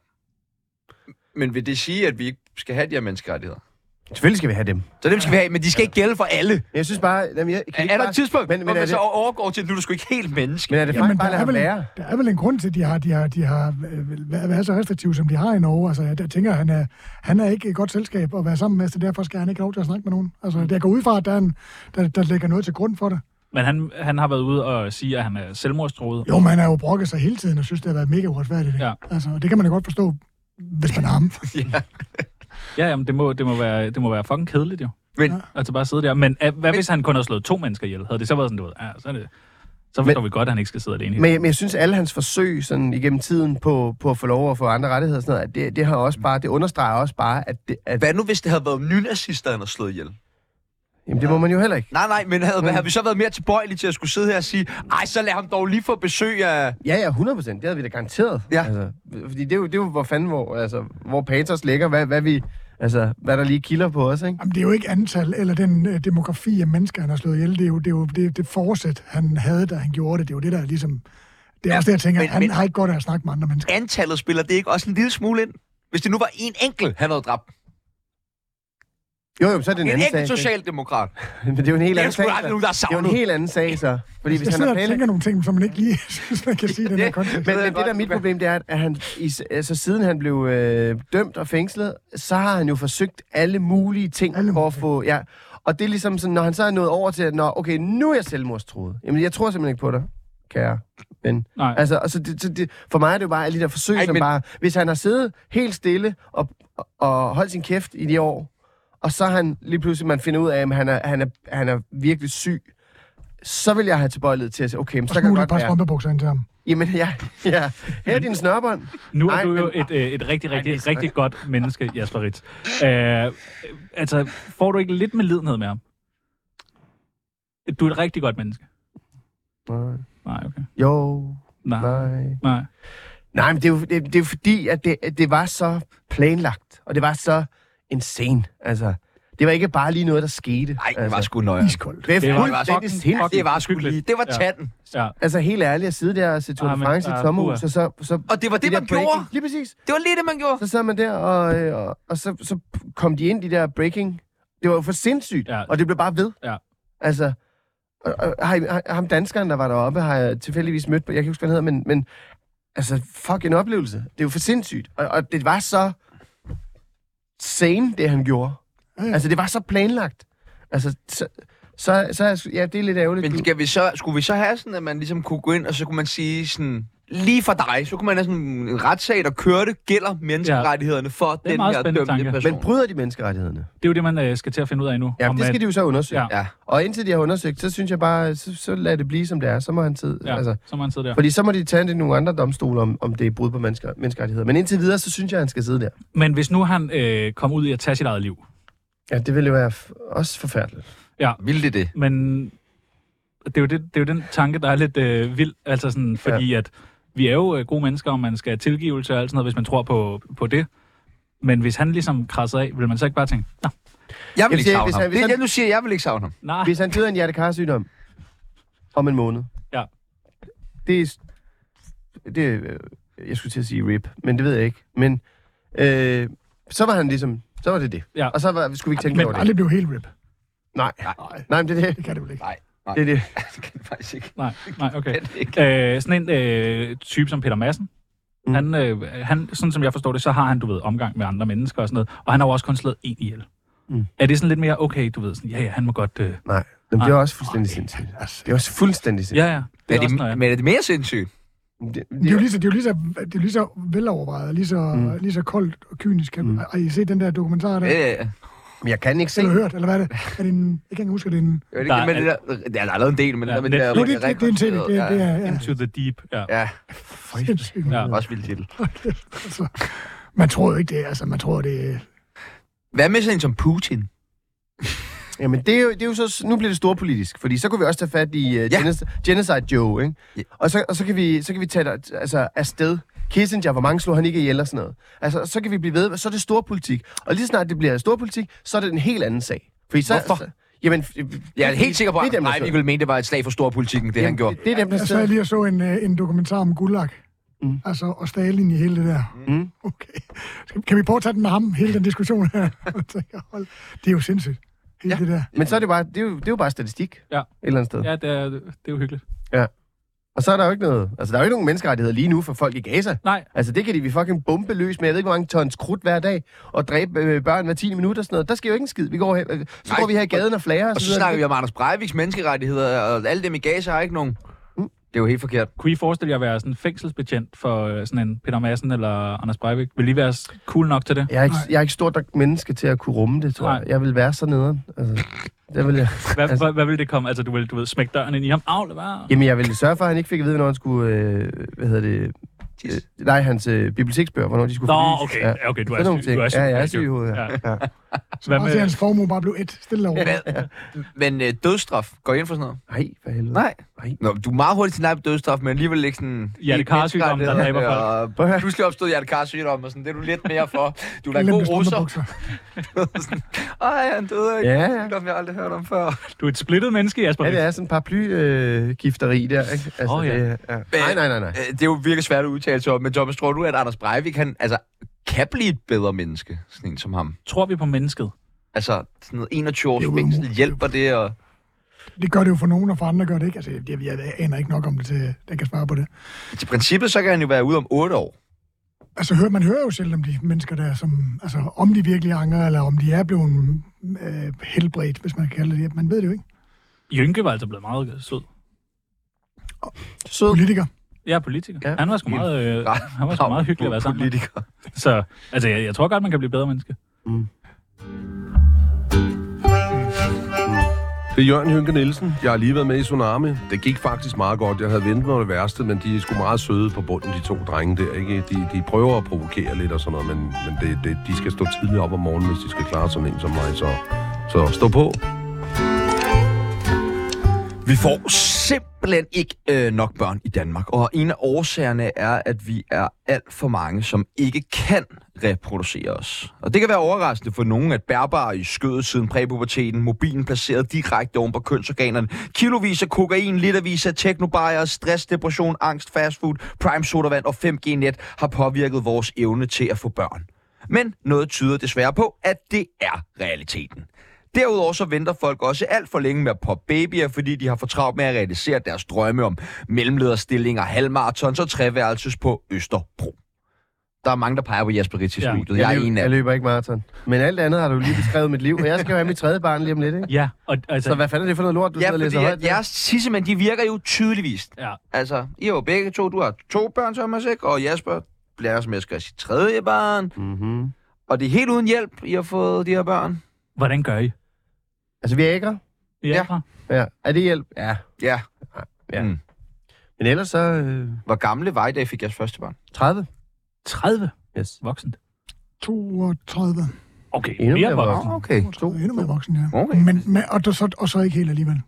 [SPEAKER 1] Men vil det sige, at vi ikke skal have de her menneskerettigheder?
[SPEAKER 3] Selvfølgelig skal vi have dem.
[SPEAKER 1] Så dem skal vi have, men de skal ikke gælde for alle.
[SPEAKER 3] Men jeg synes bare... Jamen, jeg, kan
[SPEAKER 1] Er,
[SPEAKER 3] ikke
[SPEAKER 1] er der
[SPEAKER 3] bare-
[SPEAKER 1] et tidspunkt,
[SPEAKER 3] Men, men,
[SPEAKER 1] hvor
[SPEAKER 3] er,
[SPEAKER 1] man så
[SPEAKER 3] det,
[SPEAKER 1] overgår til, at nu er du sgu ikke helt menneske?
[SPEAKER 3] men er det faktisk bare at
[SPEAKER 4] der,
[SPEAKER 3] lade
[SPEAKER 4] er
[SPEAKER 3] ham
[SPEAKER 4] vel,
[SPEAKER 3] være?
[SPEAKER 4] der er vel en grund til, at de har, de har, de har øh, været været så restriktive, som de har i Norge. Altså, jeg tænker, han er, han er ikke et godt selskab at være sammen med, så derfor skal han ikke have lov til at snakke med nogen.
[SPEAKER 3] Mm.
[SPEAKER 4] Altså, jeg går ud fra, at der, er en, der, der ligger noget til grund for det.
[SPEAKER 2] Men han, han har været ude og sige, at han er selvmordstroet.
[SPEAKER 4] Jo, man har jo brokket sig hele tiden og synes, det har været mega uretfærdigt. ikke?
[SPEAKER 2] Ja.
[SPEAKER 4] Altså, og det kan man da godt forstå, hvis man har ham.
[SPEAKER 2] Ja, jamen, det må, det må, være, det må være fucking kedeligt jo.
[SPEAKER 1] Men-
[SPEAKER 2] Altså bare sidde der. Men uh, hvad hvis han kun har slået to mennesker ihjel? Havde det så været sådan, du ved, ja, så er det... Så forstår
[SPEAKER 3] Men-
[SPEAKER 2] vi godt, at han ikke skal sidde alene.
[SPEAKER 3] Men, jeg- men jeg synes, alle hans forsøg sådan, igennem tiden på, på at få lov at få andre rettigheder og sådan noget, at det, det, har også bare, det understreger også bare, at, det, at
[SPEAKER 1] Hvad nu, hvis det havde været nynazister, han havde slået ihjel?
[SPEAKER 3] jamen, det må man jo heller ikke.
[SPEAKER 1] Nej, nej, men havde, mm. havde vi så været mere tilbøjelige til at skulle sidde her og sige, ej, så lad ham dog lige få besøg af...
[SPEAKER 3] Ja, ja, 100 procent. Det havde vi da garanteret.
[SPEAKER 1] Ja.
[SPEAKER 3] Altså, fordi det er, jo, det er jo, hvor fanden, hvor, altså, hvor patos ligger, hvad, hvad, vi, altså, hvad der lige kilder på os, ikke?
[SPEAKER 4] Jamen, det er jo ikke antal eller den øh, demografi af mennesker, han har slået ihjel. Det er jo det, er jo, det, det forsæt, han havde, da han gjorde det. Det er jo det, der er ligesom... Det er
[SPEAKER 1] Ja,
[SPEAKER 4] også det, jeg tænker,
[SPEAKER 1] men-
[SPEAKER 4] men, han
[SPEAKER 1] men-
[SPEAKER 4] men... har ikke godt af at snakke med andre mennesker.
[SPEAKER 1] Antallet spiller det ikke også en lille smule ind? Hvis det nu var en enkelt, han havde dræbt.
[SPEAKER 3] Jo, jo, så er det en,
[SPEAKER 1] En, en
[SPEAKER 3] anden
[SPEAKER 1] enkelt
[SPEAKER 3] sag.
[SPEAKER 1] socialdemokrat.
[SPEAKER 3] Men det er jo en helt
[SPEAKER 1] Det er
[SPEAKER 3] anden
[SPEAKER 1] sgu
[SPEAKER 3] sag.
[SPEAKER 1] da aldrig nogen, der er
[SPEAKER 3] det er jo en
[SPEAKER 1] savnet.
[SPEAKER 3] helt anden sag, så. Fordi hvis
[SPEAKER 4] jeg
[SPEAKER 3] han
[SPEAKER 4] sidder
[SPEAKER 3] har
[SPEAKER 4] og
[SPEAKER 3] planlagt...
[SPEAKER 4] tænker nogle ting, som man ikke lige [laughs] synes, man kan sige i den her
[SPEAKER 1] Det-
[SPEAKER 4] kontekst.
[SPEAKER 3] Men,
[SPEAKER 1] ved jeg
[SPEAKER 3] men det,
[SPEAKER 1] godt.
[SPEAKER 3] der er mit problem, det er, at han, i, altså, siden han blev øh, dømt og fængslet, så har han jo forsøgt alle mulige ting alle
[SPEAKER 4] Alle
[SPEAKER 3] for at
[SPEAKER 4] mulige.
[SPEAKER 3] få... Ja. Og det er ligesom sådan, når han så er nået over til, at nå, okay, nu er jeg selvmordstroet. Jamen, jeg tror simpelthen ikke på dig, kære ven.
[SPEAKER 2] Nej.
[SPEAKER 3] Altså, altså det, så det, for mig er det jo bare alle de der forsøg,
[SPEAKER 1] Ej,
[SPEAKER 3] Ej, som
[SPEAKER 1] men-
[SPEAKER 3] men... bare... Hvis han har siddet helt stille og, og, og holdt sin kæft i de år, og så er han lige pludselig, man finder ud af, at han er, han er, han er virkelig syg, så vil jeg have tilbøjelighed til at sige, okay, men så kan det
[SPEAKER 4] Smule et
[SPEAKER 3] godt
[SPEAKER 4] par
[SPEAKER 3] være...
[SPEAKER 4] strømpebukser ind til ham.
[SPEAKER 3] Jamen, ja. ja. Her er din snørbånd.
[SPEAKER 2] Nu er
[SPEAKER 3] Nej,
[SPEAKER 2] du jo
[SPEAKER 3] men-
[SPEAKER 2] et, øh, et rigtig,
[SPEAKER 3] det er
[SPEAKER 2] rigtig,
[SPEAKER 3] så-
[SPEAKER 2] rigtig godt menneske, Jasper Ritz. Øh, altså, får du ikke lidt medlidenhed med ham? Du er et rigtig godt menneske.
[SPEAKER 3] Nej.
[SPEAKER 2] Nej, okay.
[SPEAKER 3] Jo,
[SPEAKER 2] Nej,
[SPEAKER 3] nej.
[SPEAKER 2] nej.
[SPEAKER 3] Nej, men det er jo, det, det er jo fordi, at det, at det var så planlagt, og det var så insane. Altså, det var ikke bare lige noget, der skete.
[SPEAKER 1] Nej, det
[SPEAKER 3] altså,
[SPEAKER 1] var sgu nøjere.
[SPEAKER 4] Iskoldt.
[SPEAKER 3] det,
[SPEAKER 2] Det
[SPEAKER 3] det
[SPEAKER 2] var
[SPEAKER 3] var
[SPEAKER 2] fucking-
[SPEAKER 3] fuldstændig sindssygt.
[SPEAKER 1] Det var sgu
[SPEAKER 2] Hyggeligt.
[SPEAKER 1] lige. Det var
[SPEAKER 2] Ja.
[SPEAKER 1] tanden.
[SPEAKER 2] Ja.
[SPEAKER 3] Altså, helt ærligt, at sidde der og se Tour
[SPEAKER 2] Ah,
[SPEAKER 3] de
[SPEAKER 2] men,
[SPEAKER 3] France i
[SPEAKER 2] ah,
[SPEAKER 3] et tomhus,
[SPEAKER 2] uha.
[SPEAKER 3] og så... så
[SPEAKER 1] Og det var det,
[SPEAKER 3] der
[SPEAKER 1] man gjorde.
[SPEAKER 3] Lige præcis.
[SPEAKER 1] Det var lige det, man gjorde.
[SPEAKER 3] Så sad man der, og, øh, og, og så, så kom de ind, de der breaking. Det var jo for sindssygt,
[SPEAKER 2] Ja.
[SPEAKER 3] ja. og det blev bare ved.
[SPEAKER 2] Ja.
[SPEAKER 3] Altså, og, og, har, I- har, ham danskeren, der var deroppe, har jeg tilfældigvis mødt, jeg kan ikke huske, hvad han hedder, men, men altså, fuck en oplevelse. Det er jo for sindssygt, og, og det var så sane, det han gjorde.
[SPEAKER 4] Ja, ja.
[SPEAKER 3] Altså, det var så planlagt. Altså, så, så, så er- ja, det er lidt ærgerligt.
[SPEAKER 1] Men skal vi så, skulle vi så have sådan, at man ligesom kunne gå ind, og så kunne man sige sådan, lige for dig, så kunne man have sådan en retssag, der kørte, gælder menneskerettighederne for
[SPEAKER 2] er en
[SPEAKER 1] den
[SPEAKER 2] meget
[SPEAKER 1] her
[SPEAKER 2] spændende
[SPEAKER 1] dømte
[SPEAKER 2] tanke.
[SPEAKER 1] person.
[SPEAKER 3] men bryder de menneskerettighederne?
[SPEAKER 2] Det er jo det, man øh, skal til at finde ud af nu.
[SPEAKER 3] Ja,
[SPEAKER 2] om
[SPEAKER 3] det skal
[SPEAKER 2] at-
[SPEAKER 3] de jo så undersøge.
[SPEAKER 2] Ja.
[SPEAKER 1] Ja.
[SPEAKER 3] Og indtil de har undersøgt, så synes jeg bare, så, så lad det blive, som det er. Så må han tid.
[SPEAKER 2] Ja, altså, så må han sidde der.
[SPEAKER 3] Fordi så må de tage det i nogle andre domstole, om, om det er brud på mennesker, menneskerettigheder. Men indtil videre, så synes jeg, han skal sidde der.
[SPEAKER 2] Men hvis nu han øh, kom ud i at tage sit eget liv,
[SPEAKER 3] Ja, det ville jo være f- også forfærdeligt.
[SPEAKER 1] Vil det det?
[SPEAKER 2] men det er jo, det, det er jo den tanke, der er lidt øh, vild, altså sådan, fordi ja. at vi er jo øh, gode mennesker, og man skal have tilgivelse og alt sådan noget, hvis man tror på, på det. Men hvis han ligesom krasser af, vil man så ikke bare tænke, "Nå,
[SPEAKER 1] Jeg vil
[SPEAKER 3] Jamen,
[SPEAKER 1] ikke
[SPEAKER 3] det-
[SPEAKER 1] savne
[SPEAKER 3] hvis
[SPEAKER 1] ham.
[SPEAKER 3] han- hvis
[SPEAKER 1] Det er
[SPEAKER 3] han-
[SPEAKER 1] det, du siger, jeg vil ikke savne ham.
[SPEAKER 2] nej,
[SPEAKER 3] Hvis han døde af en hjertekarsygdom om en måned.
[SPEAKER 2] Ja.
[SPEAKER 3] Det er... s- Det, er, øh, jeg skulle til at sige rip, men det ved jeg ikke. Men øh, så var han ligesom... Så var det det.
[SPEAKER 2] Ja.
[SPEAKER 3] Og så var, skulle vi ikke tænke
[SPEAKER 2] Men
[SPEAKER 3] over det.
[SPEAKER 4] Aldrig blev helt rip.
[SPEAKER 3] Nej.
[SPEAKER 1] Nej.
[SPEAKER 3] Nej, men det er det.
[SPEAKER 4] Det kan det vel ikke.
[SPEAKER 3] Det er det.
[SPEAKER 1] [laughs] Det kan jeg faktisk ikke.
[SPEAKER 2] nej, nej, [laughs] okay.
[SPEAKER 1] Det ikke.
[SPEAKER 2] Øh, sådan en øh, type som Peter Madsen,
[SPEAKER 3] Mm.
[SPEAKER 2] mm. han, øh, han, sådan som jeg forstår det, så har han, du ved, omgang med andre mennesker og sådan noget, og han har jo også kun slået én ihjel.
[SPEAKER 3] Mm.
[SPEAKER 2] Mm. Er det sådan lidt mere, okay, du ved, sådan, ja, ja, han må godt... Øh,
[SPEAKER 3] Nej. Men det
[SPEAKER 2] Nej.
[SPEAKER 3] er også fuldstændig sindssygt. Det er også fuldstændig sindssygt.
[SPEAKER 2] ja, ja,
[SPEAKER 1] Er
[SPEAKER 2] også noget,
[SPEAKER 1] det,
[SPEAKER 2] ja.
[SPEAKER 1] men er det mere sindssygt?
[SPEAKER 3] Det,
[SPEAKER 4] Det er jo
[SPEAKER 3] det,
[SPEAKER 4] lige så, det er jo lige så, det er jo lige så velovervejet, lige så,
[SPEAKER 3] Mm.
[SPEAKER 4] mm. lige så koldt og kynisk. Mm. Har I set den der dokumentar der?
[SPEAKER 1] Ja,
[SPEAKER 4] Øh.
[SPEAKER 1] ja, ja.
[SPEAKER 3] men jeg kan ikke se.
[SPEAKER 4] Eller hørt, eller hvad er det? Er det en, jeg kan ikke engang huske, at det er en...
[SPEAKER 1] Jeg ved ikke,
[SPEAKER 2] Der er
[SPEAKER 1] men det der, der er allerede en del, men
[SPEAKER 2] Ja,
[SPEAKER 1] der, men
[SPEAKER 2] Netflix.
[SPEAKER 1] der,
[SPEAKER 4] Nej, det, det, det, er en tv. Det, er- det er ja,
[SPEAKER 2] Into the deep, ja.
[SPEAKER 1] Ja,
[SPEAKER 4] sindssygt.
[SPEAKER 2] Ja.
[SPEAKER 1] også vild titel.
[SPEAKER 4] Altså, man tror jo ikke det, altså. Man tror, det er...
[SPEAKER 1] Hvad med sådan en som Putin?
[SPEAKER 3] Jamen, det er, jo, det er jo så... Nu bliver det storpolitisk, fordi så kunne vi også tage fat i uh, ja. Genocide, Genocide Joe, ikke?
[SPEAKER 1] Ja.
[SPEAKER 3] Ja. Og, så, og så, kan vi, så kan vi tage dig altså, afsted. Kissinger, hvor mange slog han ikke ihjel og sådan noget. Altså, så kan vi blive ved, så er det storpolitik. Og lige så snart det bliver storpolitik, så er det en helt anden sag. Fordi så,
[SPEAKER 1] Hvorfor?
[SPEAKER 3] Så, jamen, f-
[SPEAKER 1] Jeg er helt sikker på,
[SPEAKER 3] det er
[SPEAKER 1] at
[SPEAKER 3] dem, der
[SPEAKER 1] nej,
[SPEAKER 3] sidder.
[SPEAKER 1] vi ville mene, det var et slag for storpolitikken, det han
[SPEAKER 3] jamen,
[SPEAKER 1] gjorde.
[SPEAKER 3] Det, det er dem, der
[SPEAKER 4] Jeg sad
[SPEAKER 3] sidder.
[SPEAKER 4] lige og så en, øh, en dokumentar om Gulag.
[SPEAKER 3] Mm.
[SPEAKER 4] Mm. Altså, og Stalin i hele det der.
[SPEAKER 3] Mm.
[SPEAKER 4] Okay. Skal- Kan vi prøve at tage den med ham, hele den diskussion her? [laughs] Jeg tænker, hold- det er jo sindssygt. Hele ja. det der.
[SPEAKER 3] Men så er det, bare, det, er jo, det er jo bare statistik
[SPEAKER 2] Ja.
[SPEAKER 3] et eller andet sted.
[SPEAKER 2] Ja, det er, det er jo hyggeligt.
[SPEAKER 3] Og så er der jo ikke noget... Altså, der er jo ikke nogen menneskerettigheder lige nu for folk i Gaza.
[SPEAKER 2] Nej,
[SPEAKER 3] Altså, det kan de vi fucking bombe løs med, jeg ved ikke, hvor mange tons krudt hver dag, og dræbe øh, børn hver 10 minutter og sådan noget. Der sker jo ikke en skid. Vi går her, øh, så
[SPEAKER 1] Nej.
[SPEAKER 3] går vi her i gaden og flager
[SPEAKER 1] Og så
[SPEAKER 3] videre.
[SPEAKER 1] snakker vi om Anders Breiviks menneskerettigheder, og alle dem i Gaza har ikke nogen. Det er jo helt forkert.
[SPEAKER 2] kunne I forestille jer at være sådan en fængselsbetjent for øh, sådan en Peter Madsen eller Anders Breivik? Vil I være s- cool nok til det?
[SPEAKER 3] Jeg er, ikke, jeg er ikke stort nok menneske til at kunne rumme det, tror
[SPEAKER 2] Nej.
[SPEAKER 3] jeg. Jeg vil være så nederen. Altså, det vil jeg.
[SPEAKER 2] Hvad,
[SPEAKER 3] Altså-
[SPEAKER 2] altså, hvad, hvad vil det komme? Altså, du vil du ved, smække døren ind i ham. Au, lad være.
[SPEAKER 3] Jamen, jeg ville sørge for, at han ikke fik at vide, hvornår han skulle... Øh, hvad hedder det? Øh,
[SPEAKER 1] Tis.
[SPEAKER 3] nej, hans øh, biblioteksbøger, hvornår de skulle
[SPEAKER 2] Nå,
[SPEAKER 3] fornyes.
[SPEAKER 2] okay.
[SPEAKER 3] Ja.
[SPEAKER 2] Ja. okay du,
[SPEAKER 3] Sådan
[SPEAKER 2] er
[SPEAKER 3] nogle
[SPEAKER 2] syg,
[SPEAKER 3] ting.
[SPEAKER 2] du er syg.
[SPEAKER 3] Ja, jeg er
[SPEAKER 2] ikke?
[SPEAKER 3] syg i hovedet, ja. ja.
[SPEAKER 2] Hvad
[SPEAKER 4] Også at
[SPEAKER 2] med,
[SPEAKER 4] hans formue bare blev et stille over.
[SPEAKER 1] Men øh, dødsstraf, går I ind for sådan noget?
[SPEAKER 3] Nej, for helvede.
[SPEAKER 1] Nej.
[SPEAKER 3] Nej.
[SPEAKER 1] Nå, du er meget hurtig til nej på dødsstraf, men alligevel ikke sådan...
[SPEAKER 2] Hjertekarsygdom, der dræber folk.
[SPEAKER 1] folk.
[SPEAKER 3] Prøv at høre.
[SPEAKER 1] Pludselig opstod hjertekarsygdom, og sådan, det er du lidt mere for. Du er da en
[SPEAKER 4] Lempe
[SPEAKER 1] god russer. [laughs]
[SPEAKER 4] strømpebukser.
[SPEAKER 1] Sådan, Ej, han døde af
[SPEAKER 3] Ja,
[SPEAKER 1] ja,
[SPEAKER 3] ja.
[SPEAKER 1] ja. sygdom, jeg aldrig hørt om før. [laughs] Øh,
[SPEAKER 2] du er et splittet menneske, Jasper.
[SPEAKER 3] Ja, det er sådan en paraplygifteri øh, der, ikke? Altså,
[SPEAKER 2] Åh, ja.
[SPEAKER 3] det, ja. Nej, nej, nej, nej.
[SPEAKER 1] Øh, Det er jo virkelig svært at udtale sig om, men Thomas, tror du, at Anders Breivik han, altså, kan blive et bedre menneske, sådan en som ham?
[SPEAKER 2] Tror vi på mennesket?
[SPEAKER 1] Altså, sådan noget 21
[SPEAKER 4] Det er
[SPEAKER 1] års
[SPEAKER 4] jo
[SPEAKER 1] fængsel,
[SPEAKER 4] umuligt.
[SPEAKER 1] hjælper det? Og...
[SPEAKER 4] Det gør det jo for nogen, og for andre gør det ikke. Altså, jeg, jeg aner ikke nok om det til, at jeg kan svare på det.
[SPEAKER 1] Til princippet, så kan han jo være ude om 8 år.
[SPEAKER 4] Altså, hører, man hører jo selv om de mennesker der, som, altså, om de virkelig angrer, eller om de er blevet øh, helbredt, hvis man kan kalde det det. Man ved det jo ikke.
[SPEAKER 2] Jynke var altså blevet meget sød.
[SPEAKER 3] Sød.
[SPEAKER 4] Politiker.
[SPEAKER 2] Jeg er politiker.
[SPEAKER 3] Ja.
[SPEAKER 2] Ja. Han var sgu meget, øh, han var sgu meget hyggelig at være sammen med.
[SPEAKER 1] Politiker.
[SPEAKER 2] Så altså, jeg, jeg tror godt, man kan blive bedre menneske.
[SPEAKER 7] Det er Jørgen Hynke Nielsen. Jeg har lige været med i Tsunami. Det gik faktisk meget godt. Jeg havde ventet mig det værste, men de er sgu meget søde på bunden, de to drenge der. Ikke? De, de prøver at provokere lidt og sådan noget, men, men det, det, de skal stå tidligt op om morgenen, hvis de skal klare sådan en som mig. Så, så stå på.
[SPEAKER 1] Vi får simpelthen ikke øh, nok børn i Danmark, og en af årsagerne er, at vi er alt for mange, som ikke kan reproducere os. Og det kan være overraskende for nogen, at bærbare i skødet siden præpuberteten, mobilen placeret direkte oven på kønsorganerne, kilovis af kokain, litervis af teknobajer, stress, depression, angst, fastfood, prime sodavand og 5G-net har påvirket vores evne til at få børn. Men noget tyder desværre på, at det er realiteten. Derudover så venter folk også alt for længe med at poppe babyer, fordi de har for travlt med at realisere deres drømme om mellemlederstillinger, halvmarathons og treværelses på Østerbro. Der er mange, der peger på Jesper Ritz i
[SPEAKER 2] Ja.
[SPEAKER 1] studiet. Jeg er
[SPEAKER 3] løb-
[SPEAKER 1] en af
[SPEAKER 3] jeg
[SPEAKER 1] dem.
[SPEAKER 3] løber ikke maraton. Men alt andet har du lige beskrevet mit liv. Og jeg skal jo have mit tredje barn lige om lidt, ikke?
[SPEAKER 2] Ja, og altså...
[SPEAKER 3] [laughs] Så hvad fanden er det for noget lort, du
[SPEAKER 1] Ja,
[SPEAKER 3] sidder og
[SPEAKER 1] fordi
[SPEAKER 3] læser højt?
[SPEAKER 1] at
[SPEAKER 3] der?
[SPEAKER 1] jeres tissemænd, de virker jo tydeligvis.
[SPEAKER 2] Ja.
[SPEAKER 1] Altså, I har jo begge to. Du har to børn, Thomas, ikke? Og Jesper bliver som elsker sit tredje barn.
[SPEAKER 3] Mhm.
[SPEAKER 1] Og det er helt uden hjælp, I har fået de her børn.
[SPEAKER 2] Hvordan gør I?
[SPEAKER 3] Altså, vi er ægre.
[SPEAKER 2] I
[SPEAKER 1] Ja.
[SPEAKER 2] ældre?
[SPEAKER 3] Ja. Er det hjælp? Ja.
[SPEAKER 1] Ja.
[SPEAKER 3] Men ellers så øh,
[SPEAKER 1] Mm. Hvor gamle var I, da I fik jeres første barn?
[SPEAKER 3] 30.
[SPEAKER 2] 30
[SPEAKER 3] Yes.
[SPEAKER 2] voksent.
[SPEAKER 4] 32.
[SPEAKER 2] Okay,
[SPEAKER 3] Endnu
[SPEAKER 2] mere
[SPEAKER 3] mere
[SPEAKER 2] voksen.
[SPEAKER 3] voksen.
[SPEAKER 1] Okay.
[SPEAKER 4] To. Endnu mere voksen, ja.
[SPEAKER 1] Okay.
[SPEAKER 4] Men, men, og, der, så, og så ikke helt alligevel.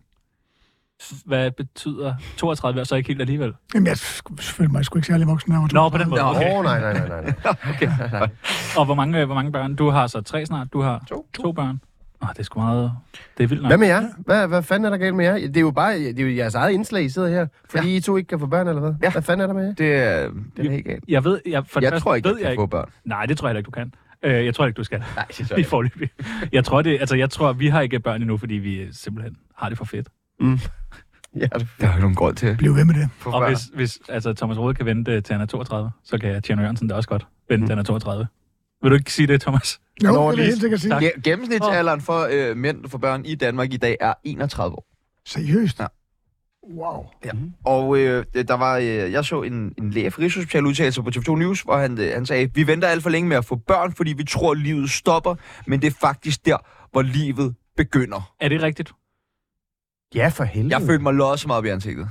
[SPEAKER 2] Hvad betyder 32 og så ikke helt alligevel?
[SPEAKER 4] Jamen, jeg sk- følte mig sgu ikke særlig voksen, når jeg var
[SPEAKER 2] Nå, på den
[SPEAKER 4] 32.
[SPEAKER 2] måde. Okay.
[SPEAKER 3] Åh, okay. oh, nej, nej, nej, [laughs] nej.
[SPEAKER 2] Og hvor mange, hvor mange børn? Du har så tre snart. Du har to, to børn. Åh, det er sgu meget... Det er vildt nok.
[SPEAKER 3] Hvad med jer? Hvad, hvad fanden er der galt med jer? Det er jo bare det er jo jeres eget indslag, I sidder her. Fordi ja. I to ikke kan få børn, eller hvad?
[SPEAKER 1] Ja.
[SPEAKER 3] Hvad fanden er der med jer?
[SPEAKER 1] Det er, det er helt galt.
[SPEAKER 2] Jeg ved, jeg, for det
[SPEAKER 1] Jeg
[SPEAKER 2] første
[SPEAKER 1] tror ikke,
[SPEAKER 2] ved
[SPEAKER 1] jeg kan få børn.
[SPEAKER 2] Nej, det tror jeg heller ikke, du kan. Øh, jeg tror ikke, du skal. Nej,
[SPEAKER 1] det tror jeg
[SPEAKER 2] [laughs] I forløbig. Jeg tror, det, altså, jeg tror, vi har ikke børn endnu, fordi vi øh, simpelthen har det for fedt.
[SPEAKER 3] Ja, det
[SPEAKER 1] Der er jo ikke nogen grund til at
[SPEAKER 4] Bliv ved med det.
[SPEAKER 1] få
[SPEAKER 2] Og
[SPEAKER 1] børn.
[SPEAKER 2] hvis, hvis altså, Thomas Rode kan vente øh, til han er 32, så kan Tjerno Jørgensen da også godt vente til han er 32. Vil du ikke sige det, Thomas?
[SPEAKER 3] Nå,
[SPEAKER 4] Jo, det vil jeg
[SPEAKER 3] lige-
[SPEAKER 4] helt sikkert sige.
[SPEAKER 2] Tak.
[SPEAKER 1] Ge- gennemsnitsalderen for øh, mænd for børn i Danmark i dag er 31 år.
[SPEAKER 4] Seriøst?
[SPEAKER 1] Ja.
[SPEAKER 4] Wow.
[SPEAKER 1] Og øh, der var, øh, jeg så en, en læge fra Rigshospitalet udtale sig på TV2 News, hvor han, øh, han sagde, vi venter alt for længe med at få børn, fordi vi tror, livet stopper, men det er faktisk der, hvor livet begynder.
[SPEAKER 2] Er det rigtigt?
[SPEAKER 3] Ja, for helvede.
[SPEAKER 1] Jeg følte mig losset meget op i ansigtet.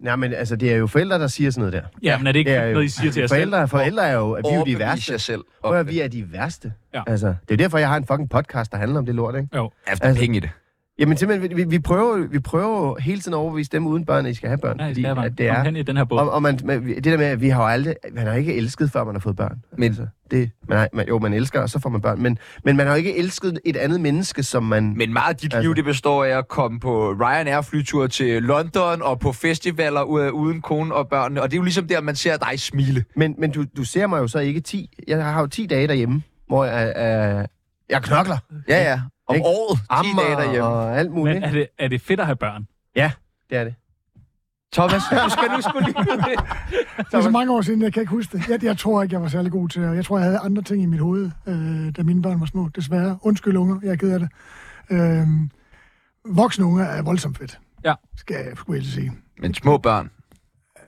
[SPEAKER 3] Nej, men altså, det er jo forældre, der siger sådan noget der.
[SPEAKER 2] Ja, men er det ikke
[SPEAKER 3] Det er
[SPEAKER 2] ja,
[SPEAKER 3] jo- Altså,
[SPEAKER 2] noget, I siger til jer selv?
[SPEAKER 3] Forældre, forældre er jo, at vi er jo de
[SPEAKER 1] Overbevise
[SPEAKER 3] værste.
[SPEAKER 1] jer selv.
[SPEAKER 3] Prøv
[SPEAKER 1] Og
[SPEAKER 3] at, vi er de værste.
[SPEAKER 2] Ja.
[SPEAKER 3] Altså, det er jo derfor, jeg har en fucking podcast, der handler om det lort, ikke?
[SPEAKER 1] efter
[SPEAKER 3] altså-
[SPEAKER 1] penge i det.
[SPEAKER 3] Jamen simpelthen, vi, vi, prøver, vi prøver jo hele tiden at overbevise dem uden børn, at I skal have børn.
[SPEAKER 2] Nej, I
[SPEAKER 3] fordi
[SPEAKER 2] skal have
[SPEAKER 3] at
[SPEAKER 2] børn.
[SPEAKER 3] det
[SPEAKER 2] Kom
[SPEAKER 3] er,
[SPEAKER 2] hen i den her båd.
[SPEAKER 3] og, og man, man, det der med, at vi har jo aldrig, man har ikke elsket, før man har fået børn.
[SPEAKER 1] Men-
[SPEAKER 3] altså, det, man har, man, jo, man elsker, og så får man børn. Men, men man har jo ikke elsket et andet menneske, som man...
[SPEAKER 1] Men meget af dit altså.
[SPEAKER 3] Altså.
[SPEAKER 1] liv, det består af at komme på Ryanair-flytur til London og på festivaler u- uden kone og børnene. Og det er jo ligesom der, man ser dig smile.
[SPEAKER 3] Men, men du, du ser mig jo så ikke 10. Jeg har jo 10 dage derhjemme, hvor jeg, øh, jeg knokler.
[SPEAKER 1] Ja, ja. Om
[SPEAKER 3] Ikke?
[SPEAKER 1] året. 10 dage derhjemme.
[SPEAKER 3] og alt muligt.
[SPEAKER 2] Men
[SPEAKER 3] Men,
[SPEAKER 2] er det, er det fedt at have børn?
[SPEAKER 3] det er det.
[SPEAKER 1] Thomas, du skal nu skulle lige...
[SPEAKER 4] Det er så mange år siden, jeg kan ikke huske det. Jeg, jeg tror ikke, jeg var særlig god til det. Jeg tror, jeg havde andre ting i mit hoved, øh, da mine børn var små, desværre. Undskyld, unger. Jeg er ked af det. Øh, voksne unger er voldsomt fedt.
[SPEAKER 2] Ja.
[SPEAKER 4] Skal jeg skulle jeg sige.
[SPEAKER 1] Men små børn.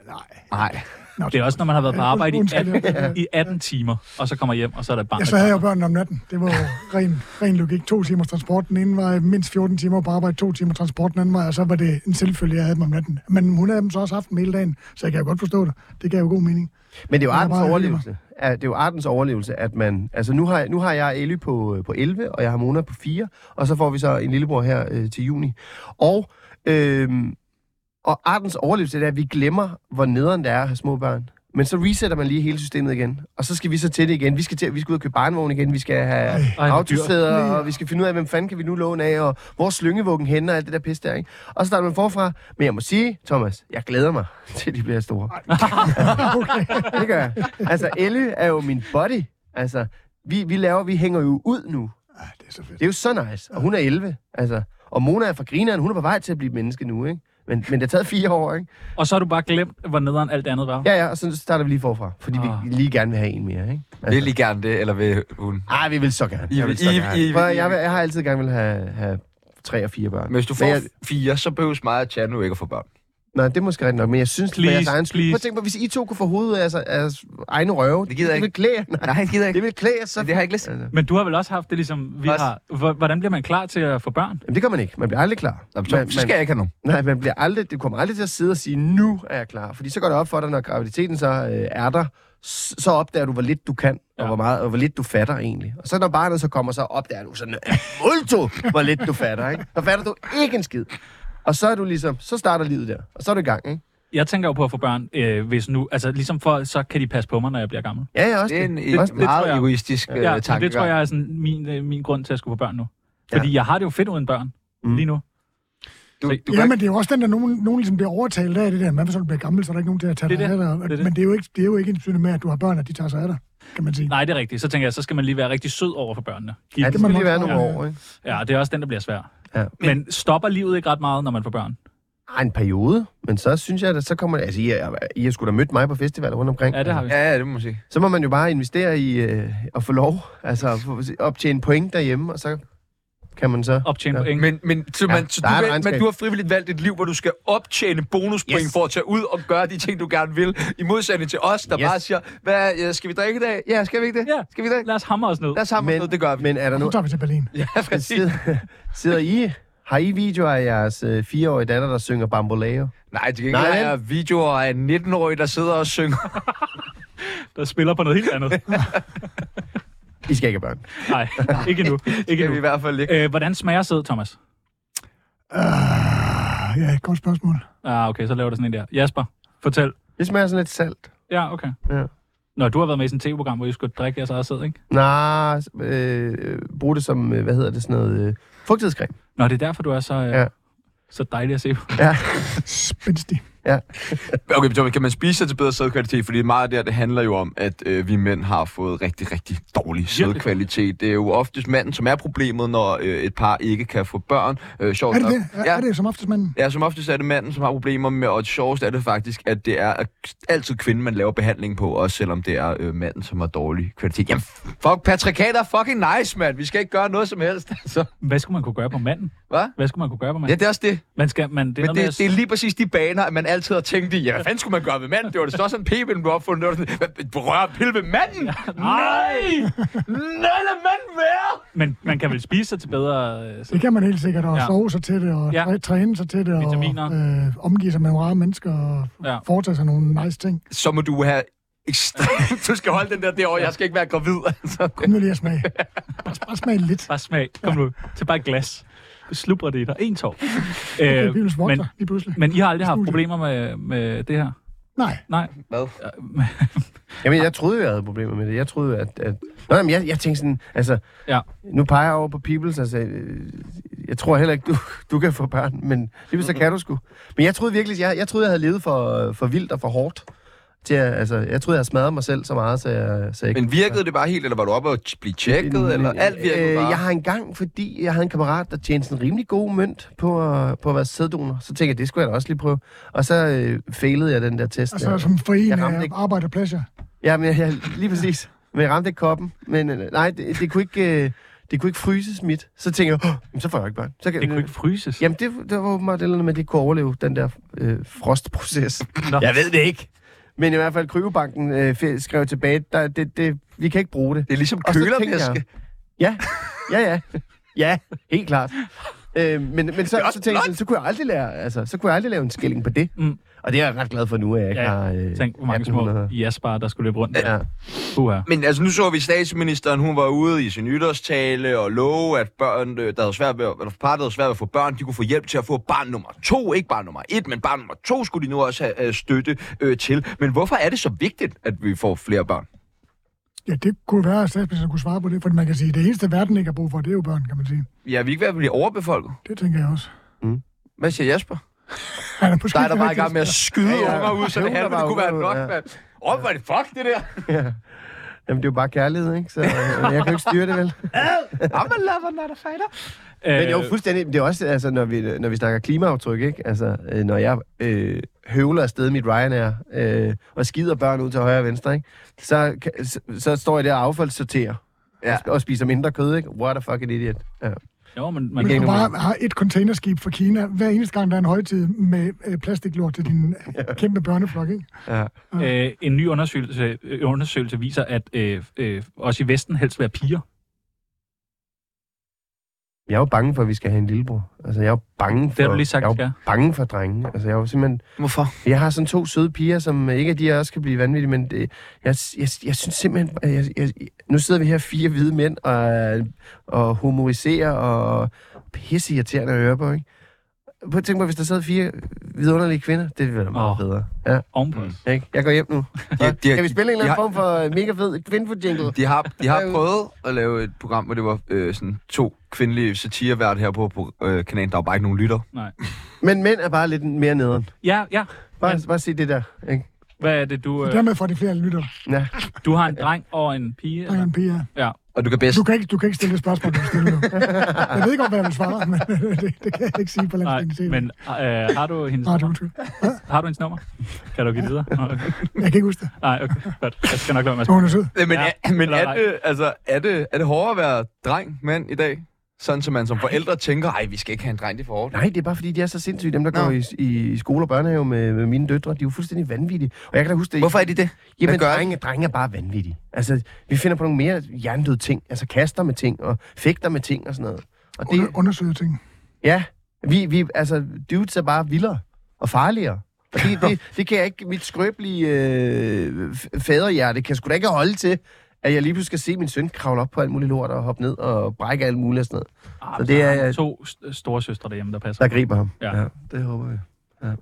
[SPEAKER 4] Nej.
[SPEAKER 1] Nej.
[SPEAKER 4] Nå,
[SPEAKER 2] Det er også, når man har været på
[SPEAKER 4] Ja,
[SPEAKER 2] arbejde i
[SPEAKER 4] undskyld,
[SPEAKER 2] 18, i 18 timer, og så kommer hjem, og så er der et barn.
[SPEAKER 4] Ja,
[SPEAKER 2] der
[SPEAKER 4] så havde jeg
[SPEAKER 2] kommer.
[SPEAKER 4] jo børnene om natten. Det var jo ren, ren logik. To timers transport. Den ene var mindst 14 timer på arbejde, to timer transport den anden vej, og så var det en selvfølgelig, jeg havde dem om natten. Men hun havde dem så også haft dem hele dagen, så jeg kan jo godt forstå det. Det gav jo god mening.
[SPEAKER 3] Men det er jo
[SPEAKER 4] Jeg
[SPEAKER 3] artens
[SPEAKER 4] bare
[SPEAKER 3] overlevelse. Ja, Det er jo artens overlevelse, at man... Altså, nu har, jeg- nu har jeg Elly på, øh, på 11, og jeg har Mona på 4, og så får vi så en lillebror her øh, til juni. Og, øh, og artens overlevelse det er, at vi glemmer, hvor nederen det er at have små børn. Men så resetter man lige hele systemet igen, og så skal vi så til det igen. Vi skal, til, vi skal ud og købe barnevogn igen, vi skal have
[SPEAKER 2] Ej, hvor dyrt.
[SPEAKER 3] autosæder,
[SPEAKER 4] Nej.
[SPEAKER 3] og vi skal finde ud af, hvem fanden kan vi nu låne af, og hvor er slyngevuggen henne, og alt det der pis der, ikke? Og så starter man forfra. Men jeg må sige, Thomas, jeg glæder mig [laughs] til, de bliver store.
[SPEAKER 2] [laughs]
[SPEAKER 3] det gør jeg. Altså, Elle er jo min body. Altså, vi, vi laver, vi hænger jo ud nu.
[SPEAKER 4] Ah, det er så fedt.
[SPEAKER 3] Det er jo så nice. Og hun er 11, altså. Og Mona er fra grineren, hun er på vej til at blive menneske nu, ikke? Men, men det har taget fire år, ikke?
[SPEAKER 2] Og så har du bare glemt, hvor nederen alt andet var.
[SPEAKER 3] Ja, ja, og så starter vi lige forfra, fordi
[SPEAKER 2] Ah.
[SPEAKER 3] vi lige gerne vil have en mere, ikke? Altså,
[SPEAKER 1] Vil I gerne det, eller vil hun?
[SPEAKER 3] Ej, vi vil så gerne.
[SPEAKER 1] I-
[SPEAKER 3] Jeg vil så
[SPEAKER 1] I-
[SPEAKER 3] gerne.
[SPEAKER 1] I- I-
[SPEAKER 3] Prøv, jeg, vil- jeg har altid gerne vil have, have tre og fire børn.
[SPEAKER 1] Hvis du
[SPEAKER 3] Men
[SPEAKER 1] får
[SPEAKER 3] jeg,
[SPEAKER 1] fire, så behøves mig og Chan nu ikke at få børn.
[SPEAKER 3] Nej, det er måske rigtigt nok, men jeg synes, det er
[SPEAKER 2] Please,
[SPEAKER 3] jeres egen skyld. Prøv
[SPEAKER 2] please.
[SPEAKER 3] at tænke på, hvis I to kunne få hovedet af jeres, af jeres egne røve.
[SPEAKER 1] Det gider jeg
[SPEAKER 3] Det vil klæde jer. Nej,
[SPEAKER 1] Nej, det gider jeg
[SPEAKER 3] det
[SPEAKER 1] ikke.
[SPEAKER 3] vil klæde jer så.
[SPEAKER 1] Det har jeg ikke lyst til.
[SPEAKER 3] Altså,
[SPEAKER 2] Men du har vel også haft det ligesom, vi
[SPEAKER 1] Også.
[SPEAKER 2] har... Hvor- Hvordan bliver man klar til at få børn?
[SPEAKER 3] jamen, det gør man ikke. Man bliver aldrig klar.
[SPEAKER 1] Nå, men så,
[SPEAKER 3] man,
[SPEAKER 1] så skal jeg ikke have nogen.
[SPEAKER 3] man, nej, man bliver aldrig, det kommer aldrig til at sidde og sige, nu er jeg klar. Fordi så går det op for dig, når graviditeten så øh, er der, s- så opdager du, hvor lidt du kan,
[SPEAKER 2] Ja.
[SPEAKER 3] ja. og, hvor meget, og hvor lidt du fatter egentlig. Og så når barnet så kommer, så opdager du sådan, øh, multo, hvor lidt du fatter, ikke? Så fatter du ikke en skid. Og så er du ligesom, så starter livet der, og så er du i gang, ikke?
[SPEAKER 2] Jeg tænker jo på at få børn, øh, hvis nu... Altså, ligesom for, så kan de passe på mig, når jeg bliver gammel.
[SPEAKER 3] Ja, ja, også
[SPEAKER 1] Det er en
[SPEAKER 3] Også
[SPEAKER 1] det,
[SPEAKER 3] det,
[SPEAKER 1] meget
[SPEAKER 2] tror jeg.
[SPEAKER 1] egoistisk øh,
[SPEAKER 2] Ja, så
[SPEAKER 1] tanke.
[SPEAKER 2] det tror jeg er sådan min, øh, min grund til at skulle få børn nu.
[SPEAKER 3] Ja.
[SPEAKER 2] Fordi jeg har det jo fedt uden børn
[SPEAKER 3] Mm.
[SPEAKER 2] lige nu.
[SPEAKER 1] Du, du
[SPEAKER 4] Ja,
[SPEAKER 1] kan
[SPEAKER 4] men det er jo også den, der nogen, nogen ligesom bliver overtalt af det der. Man hvis du bliver gammel, så er der ikke nogen til at tage
[SPEAKER 2] Det er
[SPEAKER 4] dig af
[SPEAKER 2] det.
[SPEAKER 4] dig.
[SPEAKER 2] Det er det.
[SPEAKER 4] Men det er jo ikke, det er jo ikke en med, at du har børn, at de tager sig af dig, kan man sige.
[SPEAKER 2] Nej, det er rigtigt. Så tænker jeg, så skal man lige være rigtig sød over for børnene. Give
[SPEAKER 3] Ja,
[SPEAKER 2] dem-
[SPEAKER 3] det skal
[SPEAKER 4] man
[SPEAKER 3] lige
[SPEAKER 4] også
[SPEAKER 3] være
[SPEAKER 4] tro.
[SPEAKER 3] nogle år, ikke?
[SPEAKER 2] Ja, det er også den, der bliver svær.
[SPEAKER 3] Ja.
[SPEAKER 2] Men stopper livet ikke ret meget, når man får børn?
[SPEAKER 3] Ah, en periode, men så synes jeg, at så kommer det... Altså, I, er, I har sgu da mødt mig på festivaler rundt omkring.
[SPEAKER 2] Ja, det har vi.
[SPEAKER 1] Ja, ja, det må man sige.
[SPEAKER 3] Så må man jo bare investere i øh, at få lov, altså at få- optjene point derhjemme, og så kan man så...
[SPEAKER 2] Optjene point.
[SPEAKER 1] Men, men, så man,
[SPEAKER 3] Ja,
[SPEAKER 1] så
[SPEAKER 3] der er et
[SPEAKER 1] du, valg, men
[SPEAKER 3] regnskab.
[SPEAKER 1] du har frivilligt valgt et liv, hvor du skal optjene bonuspoint
[SPEAKER 3] Yes.
[SPEAKER 1] yes. for at tage ud og gøre de ting, du gerne vil. I modsætning til os, der
[SPEAKER 3] Yes.
[SPEAKER 1] yes. bare siger, Hvad, øh, skal vi drikke i dag? Ja, skal vi ikke det?
[SPEAKER 2] Ja.
[SPEAKER 1] Skal vi drikke?
[SPEAKER 2] Lad os hamre os ned.
[SPEAKER 1] Lad os sammen
[SPEAKER 3] Men-
[SPEAKER 1] noget, det gør vi.
[SPEAKER 3] Men er der
[SPEAKER 4] Nu
[SPEAKER 3] nu...
[SPEAKER 4] tager vi til Berlin.
[SPEAKER 1] [laughs] Ja, præcis.
[SPEAKER 3] Sidder, [laughs] sidder I... Har I videoer af jeres øh, fireårige datter, der synger Bamboleo?
[SPEAKER 1] Nej, det kan
[SPEAKER 3] Nej,
[SPEAKER 1] ikke være videoer af en 19-årig, der sidder og synger.
[SPEAKER 2] Der spiller på noget helt andet.
[SPEAKER 3] I skal ikke have børn.
[SPEAKER 2] Nej, [laughs] ikke nu.
[SPEAKER 1] [laughs] Det
[SPEAKER 2] Ikke
[SPEAKER 1] kan
[SPEAKER 2] nu.
[SPEAKER 1] vi i hvert fald ikke.
[SPEAKER 2] Øh, hvordan smager sæd, Thomas?
[SPEAKER 4] Uh, ja, et godt
[SPEAKER 2] [laughs]
[SPEAKER 4] spørgsmål.
[SPEAKER 2] Ah, okay, så laver du sådan en der. Jasper, fortæl.
[SPEAKER 3] Det smager sådan lidt salt.
[SPEAKER 2] Ja, okay.
[SPEAKER 3] Ja.
[SPEAKER 2] Nå, du har været med i sådan et tv-program, hvor I skulle drikke jeres eget sæd, ikke?
[SPEAKER 3] Nej, øh, øh, brug det som, øh, hvad hedder det, sådan noget, øh, fugtighedscreme.
[SPEAKER 2] Nå, det er derfor, du er så, øh,
[SPEAKER 3] Ja.
[SPEAKER 2] ja. så dejlig at se på.
[SPEAKER 3] Ja.
[SPEAKER 4] Spændstig.
[SPEAKER 3] Øh.
[SPEAKER 1] Okay, Thomas, kan man spise sig til bedre sædkvalitet? Fordi meget af det her, det handler jo om, at øh, vi mænd har fået rigtig, rigtig dårlig sædkvalitet. Det er jo oftest manden, som er problemet, når øh, et par ikke kan få børn. Øh, sjovt
[SPEAKER 4] Er det
[SPEAKER 1] nok-
[SPEAKER 4] det? Er,
[SPEAKER 1] Ja.
[SPEAKER 4] er det som oftest manden?
[SPEAKER 1] Ja, som oftest er det manden, som har problemer med, og det sjoveste er det faktisk, at det er at altid kvinden, man laver behandling på, også selvom det er øh, manden, som har dårlig kvalitet. Jamen, fuck, patriarkater er fucking nice, mand. Vi skal ikke gøre noget som helst, altså.
[SPEAKER 2] Hvad skulle man kunne gøre på manden?
[SPEAKER 1] Hvad?
[SPEAKER 2] Hvad skulle man kunne gøre på manden?
[SPEAKER 1] Ja, det er også det.
[SPEAKER 2] Man skal, man, det er
[SPEAKER 1] Men
[SPEAKER 2] noget med
[SPEAKER 1] det,
[SPEAKER 2] at-
[SPEAKER 1] det er lige præcis de baner, at man altid har tænkt i. Ja, hvad fanden skulle man gøre ved manden? Det var det så sådan en p-pind, du opfundet. Det var sådan, hvad, berør pille ved manden? Nej! Nej, lad manden være!
[SPEAKER 2] Men man kan vel spise sig til bedre øh,
[SPEAKER 4] Det
[SPEAKER 2] sæd?
[SPEAKER 4] kan man helt sikkert, og
[SPEAKER 2] Ja.
[SPEAKER 4] ja. sove sig til det, og
[SPEAKER 2] Ja.
[SPEAKER 4] ja. træne sig til det,
[SPEAKER 2] Vitaminer.
[SPEAKER 4] og øh, omgive sig med nogle rare mennesker, og
[SPEAKER 2] Ja.
[SPEAKER 4] ja. foretage sig nogle nice ting.
[SPEAKER 1] Så må du have ekstremt... Du skal holde den der derovre. Jeg skal ikke være gravid, altså.
[SPEAKER 4] Kom nu lige at
[SPEAKER 2] [laughs]
[SPEAKER 4] smage. Bare, bare smage lidt.
[SPEAKER 2] Bare smag. Kom nu. Tag bare et glas. Det slubrer det i dig.
[SPEAKER 1] [laughs]
[SPEAKER 2] En tår.
[SPEAKER 4] Øh,
[SPEAKER 2] Øh,
[SPEAKER 4] Bibelens
[SPEAKER 2] men,
[SPEAKER 4] vogter, lige pludselig.
[SPEAKER 2] men I har aldrig haft
[SPEAKER 4] Studie.
[SPEAKER 2] problemer med, med det her?
[SPEAKER 4] Nej,
[SPEAKER 2] Nej.
[SPEAKER 1] Hvad?
[SPEAKER 3] Jamen, jeg troede, jeg havde problemer med det. Jeg troede, at... at... Nå, jamen, jeg, jeg tænkte sådan, altså...
[SPEAKER 2] Ja.
[SPEAKER 3] Nu peger jeg over på Peoples, altså... øh, Jeg tror heller ikke, du, du kan få børn, men lige så kan du sgu. Men jeg troede virkelig, jeg, jeg troede, jeg havde levet for, for vildt og for hårdt. Til at, altså, jeg troede, jeg havde smadret mig selv så meget, så jeg, så jeg ikke
[SPEAKER 1] Men virkede det bare helt, eller var du oppe og t- blive tjekket, eller alt virkede
[SPEAKER 3] øh,
[SPEAKER 1] bare?
[SPEAKER 3] Jeg har engang, fordi jeg havde en kammerat, der tjente en rimelig god mønt på, at- på at være sæddonor. Så tænkte jeg, det skulle jeg da også lige prøve. Og så øh, failede jeg den der test.
[SPEAKER 4] altså
[SPEAKER 3] der.
[SPEAKER 4] som forening
[SPEAKER 3] Jeg ramte
[SPEAKER 4] af
[SPEAKER 3] ikke.
[SPEAKER 4] arbejde og pleasure.
[SPEAKER 3] Ja, men jeg, lige præcis. Men jeg ramte ikke koppen. Men øh, nej, det, det, kunne ikke, øh, det kunne ikke fryses mit. Så tænkte jeg, "Åh, jamen, så får jeg jo ikke børn. Så kan,
[SPEAKER 2] Det
[SPEAKER 1] Øh.
[SPEAKER 2] kunne ikke fryses.
[SPEAKER 3] Jamen, det, det var åbenbart et eller andet med, at det kunne overleve den der øh, frostproces.
[SPEAKER 2] Nå.
[SPEAKER 3] Jeg ved det ikke. Men i hvert fald, Kryvebanken øh, fe- skrev tilbage, der, det, det, vi kan ikke bruge det.
[SPEAKER 1] Det er ligesom
[SPEAKER 3] Og så tænker
[SPEAKER 1] kølervæske.
[SPEAKER 3] Ja, ja, ja. Ja, helt klart. Øh, men, men så, så tænkte jeg, så kunne jeg aldrig lære, altså, så kunne jeg aldrig lave en skilling på det.
[SPEAKER 2] Mm.
[SPEAKER 3] Og det er jeg ret glad for nu, at jeg ikke
[SPEAKER 2] Ja,
[SPEAKER 3] har... Øh,
[SPEAKER 2] Tænk, hvor mange små [laughs]
[SPEAKER 3] 1800.
[SPEAKER 2] jasper, der skulle løbe rundt.
[SPEAKER 3] Ja.
[SPEAKER 2] Puha.
[SPEAKER 1] Men altså, nu så vi statsministeren, hun var ude i sin nytårstale og love, at børn, øh, der havde svært ved, at- eller par, der havde svært ved at få børn, de kunne få hjælp til at få barn nummer to. Ikke barn nummer et, men barn nummer to skulle de nu også have øh, støtte øh, til. Men hvorfor er det så vigtigt, at vi får flere børn?
[SPEAKER 4] Ja, det kunne være, at statsministeren kunne svare på det, for man kan sige, at det eneste verden ikke har brug for, det er jo børn, kan man sige.
[SPEAKER 1] Ja, vi er ikke ved at blive overbefolket.
[SPEAKER 4] Det tænker jeg også.
[SPEAKER 1] Hvad siger [laughs] Jesper?
[SPEAKER 4] Han er måske
[SPEAKER 1] Der er der
[SPEAKER 4] ikke
[SPEAKER 1] bare i gang med at skyde
[SPEAKER 3] Ja, ja.
[SPEAKER 1] unger ud, så det
[SPEAKER 3] Høvler
[SPEAKER 1] halve det
[SPEAKER 3] bare
[SPEAKER 1] kunne være
[SPEAKER 3] unger ud,
[SPEAKER 1] nok,
[SPEAKER 3] ja.
[SPEAKER 1] mand. Åh, hvor er det fuck, det der?
[SPEAKER 3] Jamen, det er jo bare kærlighed, ikke? Så øh, jeg kan jo ikke styre det, vel?
[SPEAKER 1] I'm a lover, not a fighter.
[SPEAKER 3] Men
[SPEAKER 2] Øh,
[SPEAKER 3] jo, fuldstændig. Det er også, altså, når vi, når vi snakker klimaaftryk, ikke? Altså, øh, når jeg øh, høvler afsted mit Ryanair øh, og skider børn ud til højre og venstre, ikke? Så, kan- så, så står jeg der og affaldssorterer. Ja.
[SPEAKER 1] Ja.
[SPEAKER 3] Og spiser mindre kød, ikke? What a fucking idiot. Ja.
[SPEAKER 2] Jo, men
[SPEAKER 4] Men
[SPEAKER 2] man,
[SPEAKER 4] hvis du
[SPEAKER 3] Endnu
[SPEAKER 4] bare har et containerskib fra Kina, hver eneste gang, der er en højtid med øh, plastiklort til din
[SPEAKER 1] [laughs]
[SPEAKER 4] øh, kæmpe børneflok, ikke?
[SPEAKER 3] ja.
[SPEAKER 2] øh, en ny undersøgelse, øh, undersøgelse viser, at øh, øh, også i Vesten helst være piger.
[SPEAKER 3] Jeg er jo bange for, at vi skal have en lillebror. Altså, jeg er jo bange for...
[SPEAKER 2] Det har du lige sagt,
[SPEAKER 3] jeg er jo
[SPEAKER 2] ja.
[SPEAKER 3] bange for drenge. Altså, jeg er jo simpelthen...
[SPEAKER 1] Hvorfor?
[SPEAKER 3] Jeg har sådan to søde piger, som øh, ikke er de, jeg også kan blive vanvittige, men det, jeg, jeg, jeg synes simpelthen... øh, Jeg, jeg, nu sidder vi her fire hvide mænd og, øh, og homoriserer og pisse irriterende at høre på, ikke? Prøv at tænke mig, hvis der sad fire vidunderlige kvinder, det ville være meget
[SPEAKER 2] Åh.
[SPEAKER 3] oh. bedre. Ja,
[SPEAKER 2] Ovenpå. Mm.
[SPEAKER 3] ikke? Jeg går hjem nu.
[SPEAKER 1] Ja, de har-
[SPEAKER 3] kan vi spille en eller anden
[SPEAKER 1] de har-
[SPEAKER 3] form for øh, mega fed kvindefod-jingle?
[SPEAKER 1] De har, de har
[SPEAKER 3] Derude.
[SPEAKER 1] prøvet at lave et program, hvor det var øh, sådan to kvindelige satirevært her på, på øh, kanalen. Der var bare ikke nogen lytter.
[SPEAKER 3] Men mænd er bare lidt mere nederen.
[SPEAKER 2] Ja, ja.
[SPEAKER 3] Bare,
[SPEAKER 2] Men-
[SPEAKER 3] bare se det der, ikke?
[SPEAKER 2] Hvad er det, du...
[SPEAKER 4] Så
[SPEAKER 2] Øh,
[SPEAKER 4] dermed får de flere lytter.
[SPEAKER 3] Ja.
[SPEAKER 2] du har en dreng og en pige?
[SPEAKER 4] Der er
[SPEAKER 2] Eller?
[SPEAKER 4] en pige.
[SPEAKER 2] Ja.
[SPEAKER 1] Og du kan bedst...
[SPEAKER 4] Du kan ikke, du kan ikke stille det spørgsmål, du stiller nu. Jeg ved godt, hvad jeg vil svare, men [laughs] det, det kan jeg ikke sige på
[SPEAKER 2] Nej,
[SPEAKER 4] landsdækkende tv.
[SPEAKER 2] men øh, har du hendes
[SPEAKER 4] Nej, det er
[SPEAKER 2] nummer?
[SPEAKER 4] undskyld.
[SPEAKER 2] Har du hendes nummer? Kan du give det videre? Nå, okay.
[SPEAKER 4] Jeg kan ikke huske det.
[SPEAKER 2] Nej, okay, godt. Jeg skal nok lade mig
[SPEAKER 4] Så hun er sød.
[SPEAKER 1] Øh, Men,
[SPEAKER 2] Ja,
[SPEAKER 1] ja, er, men
[SPEAKER 2] eller
[SPEAKER 1] er,
[SPEAKER 2] nej.
[SPEAKER 1] det, altså, er, det, er det hårdere at være dreng, mand i dag? Sådan, som man som forældre tænker, ej, vi skal ikke have en dreng, det er for hårdt.
[SPEAKER 3] Nej, det er bare fordi, de er så sindssyge, dem der
[SPEAKER 1] Nå.
[SPEAKER 3] går i, i skole og børnehave med, med mine døtre. De er jo fuldstændig vanvittige. Og jeg kan da huske det.
[SPEAKER 1] Hvorfor er det det?
[SPEAKER 3] Jamen,
[SPEAKER 1] Hvad gør
[SPEAKER 3] drenge, drenge er bare vanvittige. Altså, vi finder på nogle mere hjernedøde ting. Altså, kaster med ting og fægter med ting og sådan noget. Og det,
[SPEAKER 4] Under, undersøger ting.
[SPEAKER 3] ja, vi, vi, altså, dudes er bare vildere og farligere. Og
[SPEAKER 1] [laughs]
[SPEAKER 3] det, det, det kan jeg ikke, mit skrøbelige øh, f- faderhjerte kan sgu da ikke holde til, at jeg lige pludselig skal se min søn kravle op på alt muligt lort og hoppe ned og brække alt muligt og sådan noget.
[SPEAKER 2] Ah,
[SPEAKER 3] Så det er-
[SPEAKER 2] der to st- store søstre derhjemme, der passer.
[SPEAKER 3] Der griber ham.
[SPEAKER 2] Ja.
[SPEAKER 3] det håber jeg.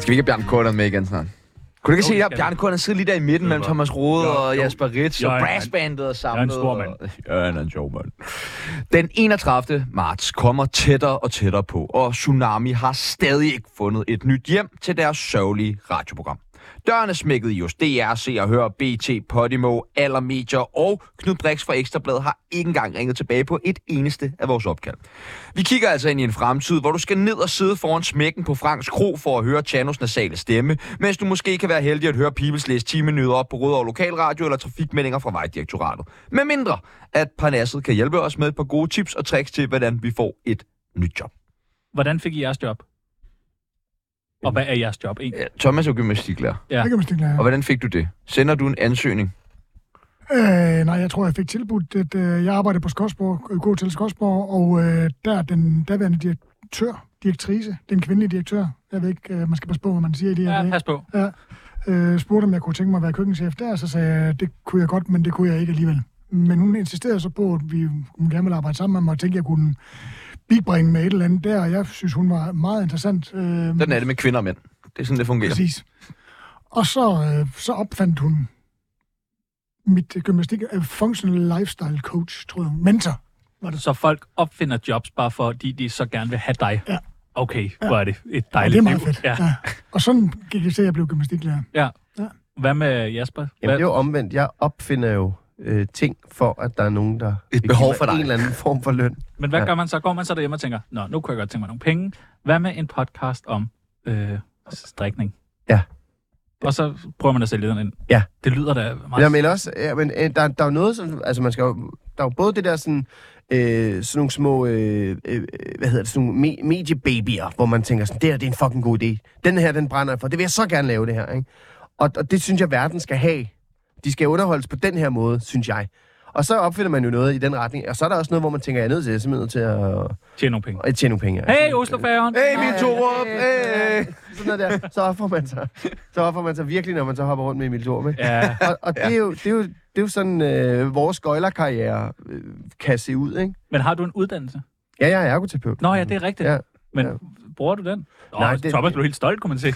[SPEAKER 1] Skal vi ikke have Bjarne Korteren med igen snart? Kunne du ikke
[SPEAKER 2] Jo,
[SPEAKER 1] se,
[SPEAKER 2] det
[SPEAKER 1] at
[SPEAKER 2] skal
[SPEAKER 1] Bjarne Korteren sidder lige der i midten mellem Thomas Rode
[SPEAKER 2] Jo,
[SPEAKER 1] og
[SPEAKER 2] jo.
[SPEAKER 1] Jasper Ritz
[SPEAKER 2] Jeg er
[SPEAKER 1] og
[SPEAKER 2] en-
[SPEAKER 1] brassbandet og [laughs]
[SPEAKER 2] jeg er en
[SPEAKER 1] samlet?
[SPEAKER 2] stor mand.
[SPEAKER 1] Ja, han er en sjov mand. Den 31. marts kommer tættere og tættere på, og Tsunami har stadig ikke fundet et nyt hjem til deres sørgelige radioprogram. Døren er smækket i hos DR, Se og Hør, BT, Podimo, Allermedier og Knud Brix fra Ekstrabladet har ikke engang ringet tilbage på et eneste af vores opkald. Vi kigger altså ind i en fremtid, hvor du skal ned og sidde foran smækken på Franks Kro for at høre Chanos nasale stemme, mens du måske kan være heldig at høre Pibels læse timenyder op på Rødovre Lokalradio eller trafikmeldinger fra Vejdirektoratet. Med mindre, at Parnasset kan hjælpe os med et par gode tips og tricks til, hvordan vi får et nyt job.
[SPEAKER 2] Hvordan fik I jeres job? Og hvad er jeres job egentlig?
[SPEAKER 1] Ja, Thomas er jo gymnastiklærer.
[SPEAKER 2] Ja.
[SPEAKER 4] Det kan man stikke
[SPEAKER 1] Og hvordan fik du det? Sender du en ansøgning?
[SPEAKER 4] Øh, nej, jeg tror, jeg fik tilbudt, at øh, jeg arbejdede på Skodsborg, gå til Skodsborg, og øh, der er den daværende direktør, direktrice, den kvindelige direktør, jeg ved ikke, øh, man skal passe på, hvad man siger i de her
[SPEAKER 2] Ja,
[SPEAKER 4] dage,
[SPEAKER 2] pas på.
[SPEAKER 4] øh, spurgte, om jeg kunne tænke mig at være køkkenchef der, så sagde jeg, at det kunne jeg godt, men det kunne jeg ikke alligevel. Men hun insisterede så på, at vi hun gerne ville arbejde sammen med mig, og tænkte, at jeg kunne bibringe med et eller andet der, og jeg synes, hun var meget interessant. Øh,
[SPEAKER 1] Sådan er det med kvinder og mænd. Det er sådan, det fungerer.
[SPEAKER 4] Præcis. Og så, øh, så opfandt hun mit øh, gymnastik, øh, functional lifestyle coach, tror jeg, mentor.
[SPEAKER 2] Så folk opfinder jobs bare fordi de så gerne vil have dig.
[SPEAKER 4] Ja.
[SPEAKER 2] Okay, hvor er det et
[SPEAKER 4] Ja,
[SPEAKER 2] dejligt
[SPEAKER 4] det er meget
[SPEAKER 2] liv.
[SPEAKER 4] fedt.
[SPEAKER 2] Ja.
[SPEAKER 4] Og sådan gik det til, at jeg blev gymnastiklærer.
[SPEAKER 2] ja.
[SPEAKER 4] Ja.
[SPEAKER 2] Hvad med Jasper?
[SPEAKER 3] Jamen,
[SPEAKER 2] Hvad?
[SPEAKER 3] det er jo omvendt. Jeg opfinder jo øh, ting for, at der er nogen, der vil give
[SPEAKER 1] behov
[SPEAKER 3] mig
[SPEAKER 1] for dig.
[SPEAKER 3] en eller anden form for løn.
[SPEAKER 2] Men hvad
[SPEAKER 3] Ja.
[SPEAKER 2] gør man så? Går man så derhjemme og tænker, nå, nu kunne jeg godt tænke mig nogle penge. Hvad med en podcast om øh, strikning?
[SPEAKER 3] Ja.
[SPEAKER 2] Og så prøver man at sælge den ind.
[SPEAKER 3] Ja.
[SPEAKER 2] Det lyder da meget...
[SPEAKER 3] Ja, men også, ja, men, øh, der, der er jo noget, som, altså man skal jo, der er jo både det der sådan, øh, sådan nogle små, øh, øh, hvad hedder det, sådan nogle me- mediebabyer, hvor man tænker sådan, det her, det er en fucking god idé. Den her, den brænder jeg for. Det vil jeg så gerne lave det her, ikke? Og, og det synes jeg, verden skal have. De skal underholdes på den her måde, synes jeg. Og så opfinder man jo noget i den retning. Og så er der også noget, hvor man tænker, jeg er nødt til, jeg er simpelthen nødt til at,
[SPEAKER 2] Tjene nogle penge.
[SPEAKER 3] at tjene nogle penge.
[SPEAKER 2] Hey, Oslo Færøen!
[SPEAKER 1] Hey, min Torup! Hey!
[SPEAKER 3] sådan noget der, så offrer man sig. Så offrer man sig virkelig, når man så hopper rundt med Emil Thorup, ikke?
[SPEAKER 2] Ja,
[SPEAKER 3] Og, og det, er jo, det, er jo, det er jo sådan, øh, vores skøjlerkarriere øh, kan se ud, ikke?
[SPEAKER 2] men har du en uddannelse?
[SPEAKER 3] Ja, jeg er ergoterapeut.
[SPEAKER 2] Nå ja, det er rigtigt.
[SPEAKER 3] Ja.
[SPEAKER 2] Men
[SPEAKER 3] Ja.
[SPEAKER 2] bruger du den? Nå,
[SPEAKER 3] Nej,
[SPEAKER 2] Nej,
[SPEAKER 3] det-
[SPEAKER 2] det, Thomas blev helt stolt, kunne man se.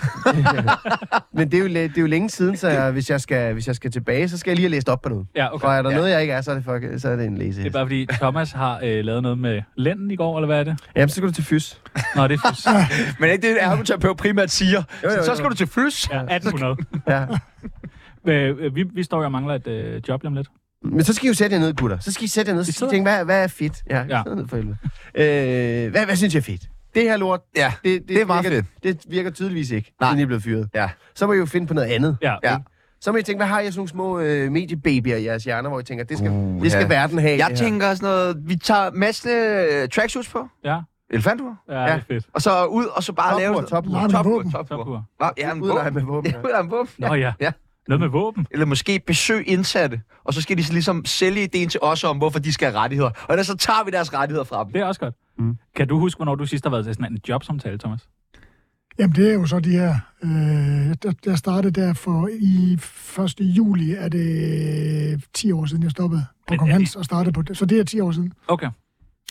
[SPEAKER 3] Men det er, jo, læ- det er jo længe siden, så jeg, hvis, jeg skal, hvis jeg skal tilbage, så skal jeg lige have læst op på noget.
[SPEAKER 2] Ja, okay.
[SPEAKER 3] Okay. Og er der
[SPEAKER 1] Ja.
[SPEAKER 3] noget, jeg ikke er, så er det, fuck, så er det en
[SPEAKER 2] Det er
[SPEAKER 3] læsehest.
[SPEAKER 2] bare fordi, Thomas har øh, lavet noget med lænden i går, eller hvad er det?
[SPEAKER 3] Jamen, så skal du til fys.
[SPEAKER 2] Nå, det er fys.
[SPEAKER 1] Men er ikke det, ergoterapeut primært siger.
[SPEAKER 3] Jo, jo,
[SPEAKER 1] Så- Så
[SPEAKER 3] jo.
[SPEAKER 1] skal du til flys.
[SPEAKER 2] Ja, 1800.
[SPEAKER 3] Ja.
[SPEAKER 2] Øh, øh, vi, vi står jo og mangler et øh, job lige om lidt.
[SPEAKER 3] Men så skal I jo sætte jer ned, gutter. Så skal I sætte jer ned, så skal I
[SPEAKER 2] sidder-
[SPEAKER 3] tænke, hvad, hvad er fedt? Ja,
[SPEAKER 2] Ja.
[SPEAKER 3] ja. ned for helvede. Øh, hvad, hvad synes jeg er fedt? Det her lort,
[SPEAKER 1] Ja,
[SPEAKER 3] det,
[SPEAKER 1] det er meget
[SPEAKER 3] virker,
[SPEAKER 1] fedt.
[SPEAKER 3] Det virker tydeligvis ikke,
[SPEAKER 1] Nej.
[SPEAKER 3] siden I er blevet fyret.
[SPEAKER 1] Ja.
[SPEAKER 3] Så må I jo finde på noget andet.
[SPEAKER 2] Ja.
[SPEAKER 1] Ja.
[SPEAKER 3] Så må I tænke, hvad har jeg sådan nogle små øh, mediebabyer i jeres hjerner, hvor I tænker, det skal,
[SPEAKER 1] Uh,
[SPEAKER 3] uh, det skal
[SPEAKER 1] ja.
[SPEAKER 3] verden have.
[SPEAKER 1] Jeg
[SPEAKER 3] det her.
[SPEAKER 1] tænker sådan noget, vi tager masse øh, tracksuits på,
[SPEAKER 2] Ja,
[SPEAKER 1] elefanter,
[SPEAKER 2] ja, det
[SPEAKER 3] Ja.
[SPEAKER 2] er fedt.
[SPEAKER 1] og så ud, og så bare
[SPEAKER 3] Topmur,
[SPEAKER 1] lave...
[SPEAKER 3] topmur.
[SPEAKER 1] Topmur,
[SPEAKER 4] Nej, med
[SPEAKER 1] topmur,
[SPEAKER 4] våben.
[SPEAKER 1] topmur.
[SPEAKER 2] Topur.
[SPEAKER 1] Nå, Ja, en
[SPEAKER 3] Udleje med
[SPEAKER 1] våben. [laughs]
[SPEAKER 3] våben.
[SPEAKER 1] Ja, udleje
[SPEAKER 3] ja.
[SPEAKER 1] med våben.
[SPEAKER 2] Nå ja.
[SPEAKER 1] Ja.
[SPEAKER 2] Noget med våben.
[SPEAKER 1] Eller måske besøg indsatte, og så skal de ligesom sælge ideen til os om, hvorfor de skal have rettigheder. Og ellers så tager vi deres rettigheder fra dem.
[SPEAKER 2] Det er også godt. Mm. Kan du huske, hvornår du sidst har været til sådan en jobsamtale, Thomas?
[SPEAKER 4] Jamen, det er jo så de her... Øh, jeg, jeg startede der for i 1. juli, er det 10 år siden, jeg stoppede på
[SPEAKER 2] Men
[SPEAKER 4] Kong
[SPEAKER 2] er det-
[SPEAKER 4] Hans og startede på det. Så det er 10 år siden.
[SPEAKER 2] Okay.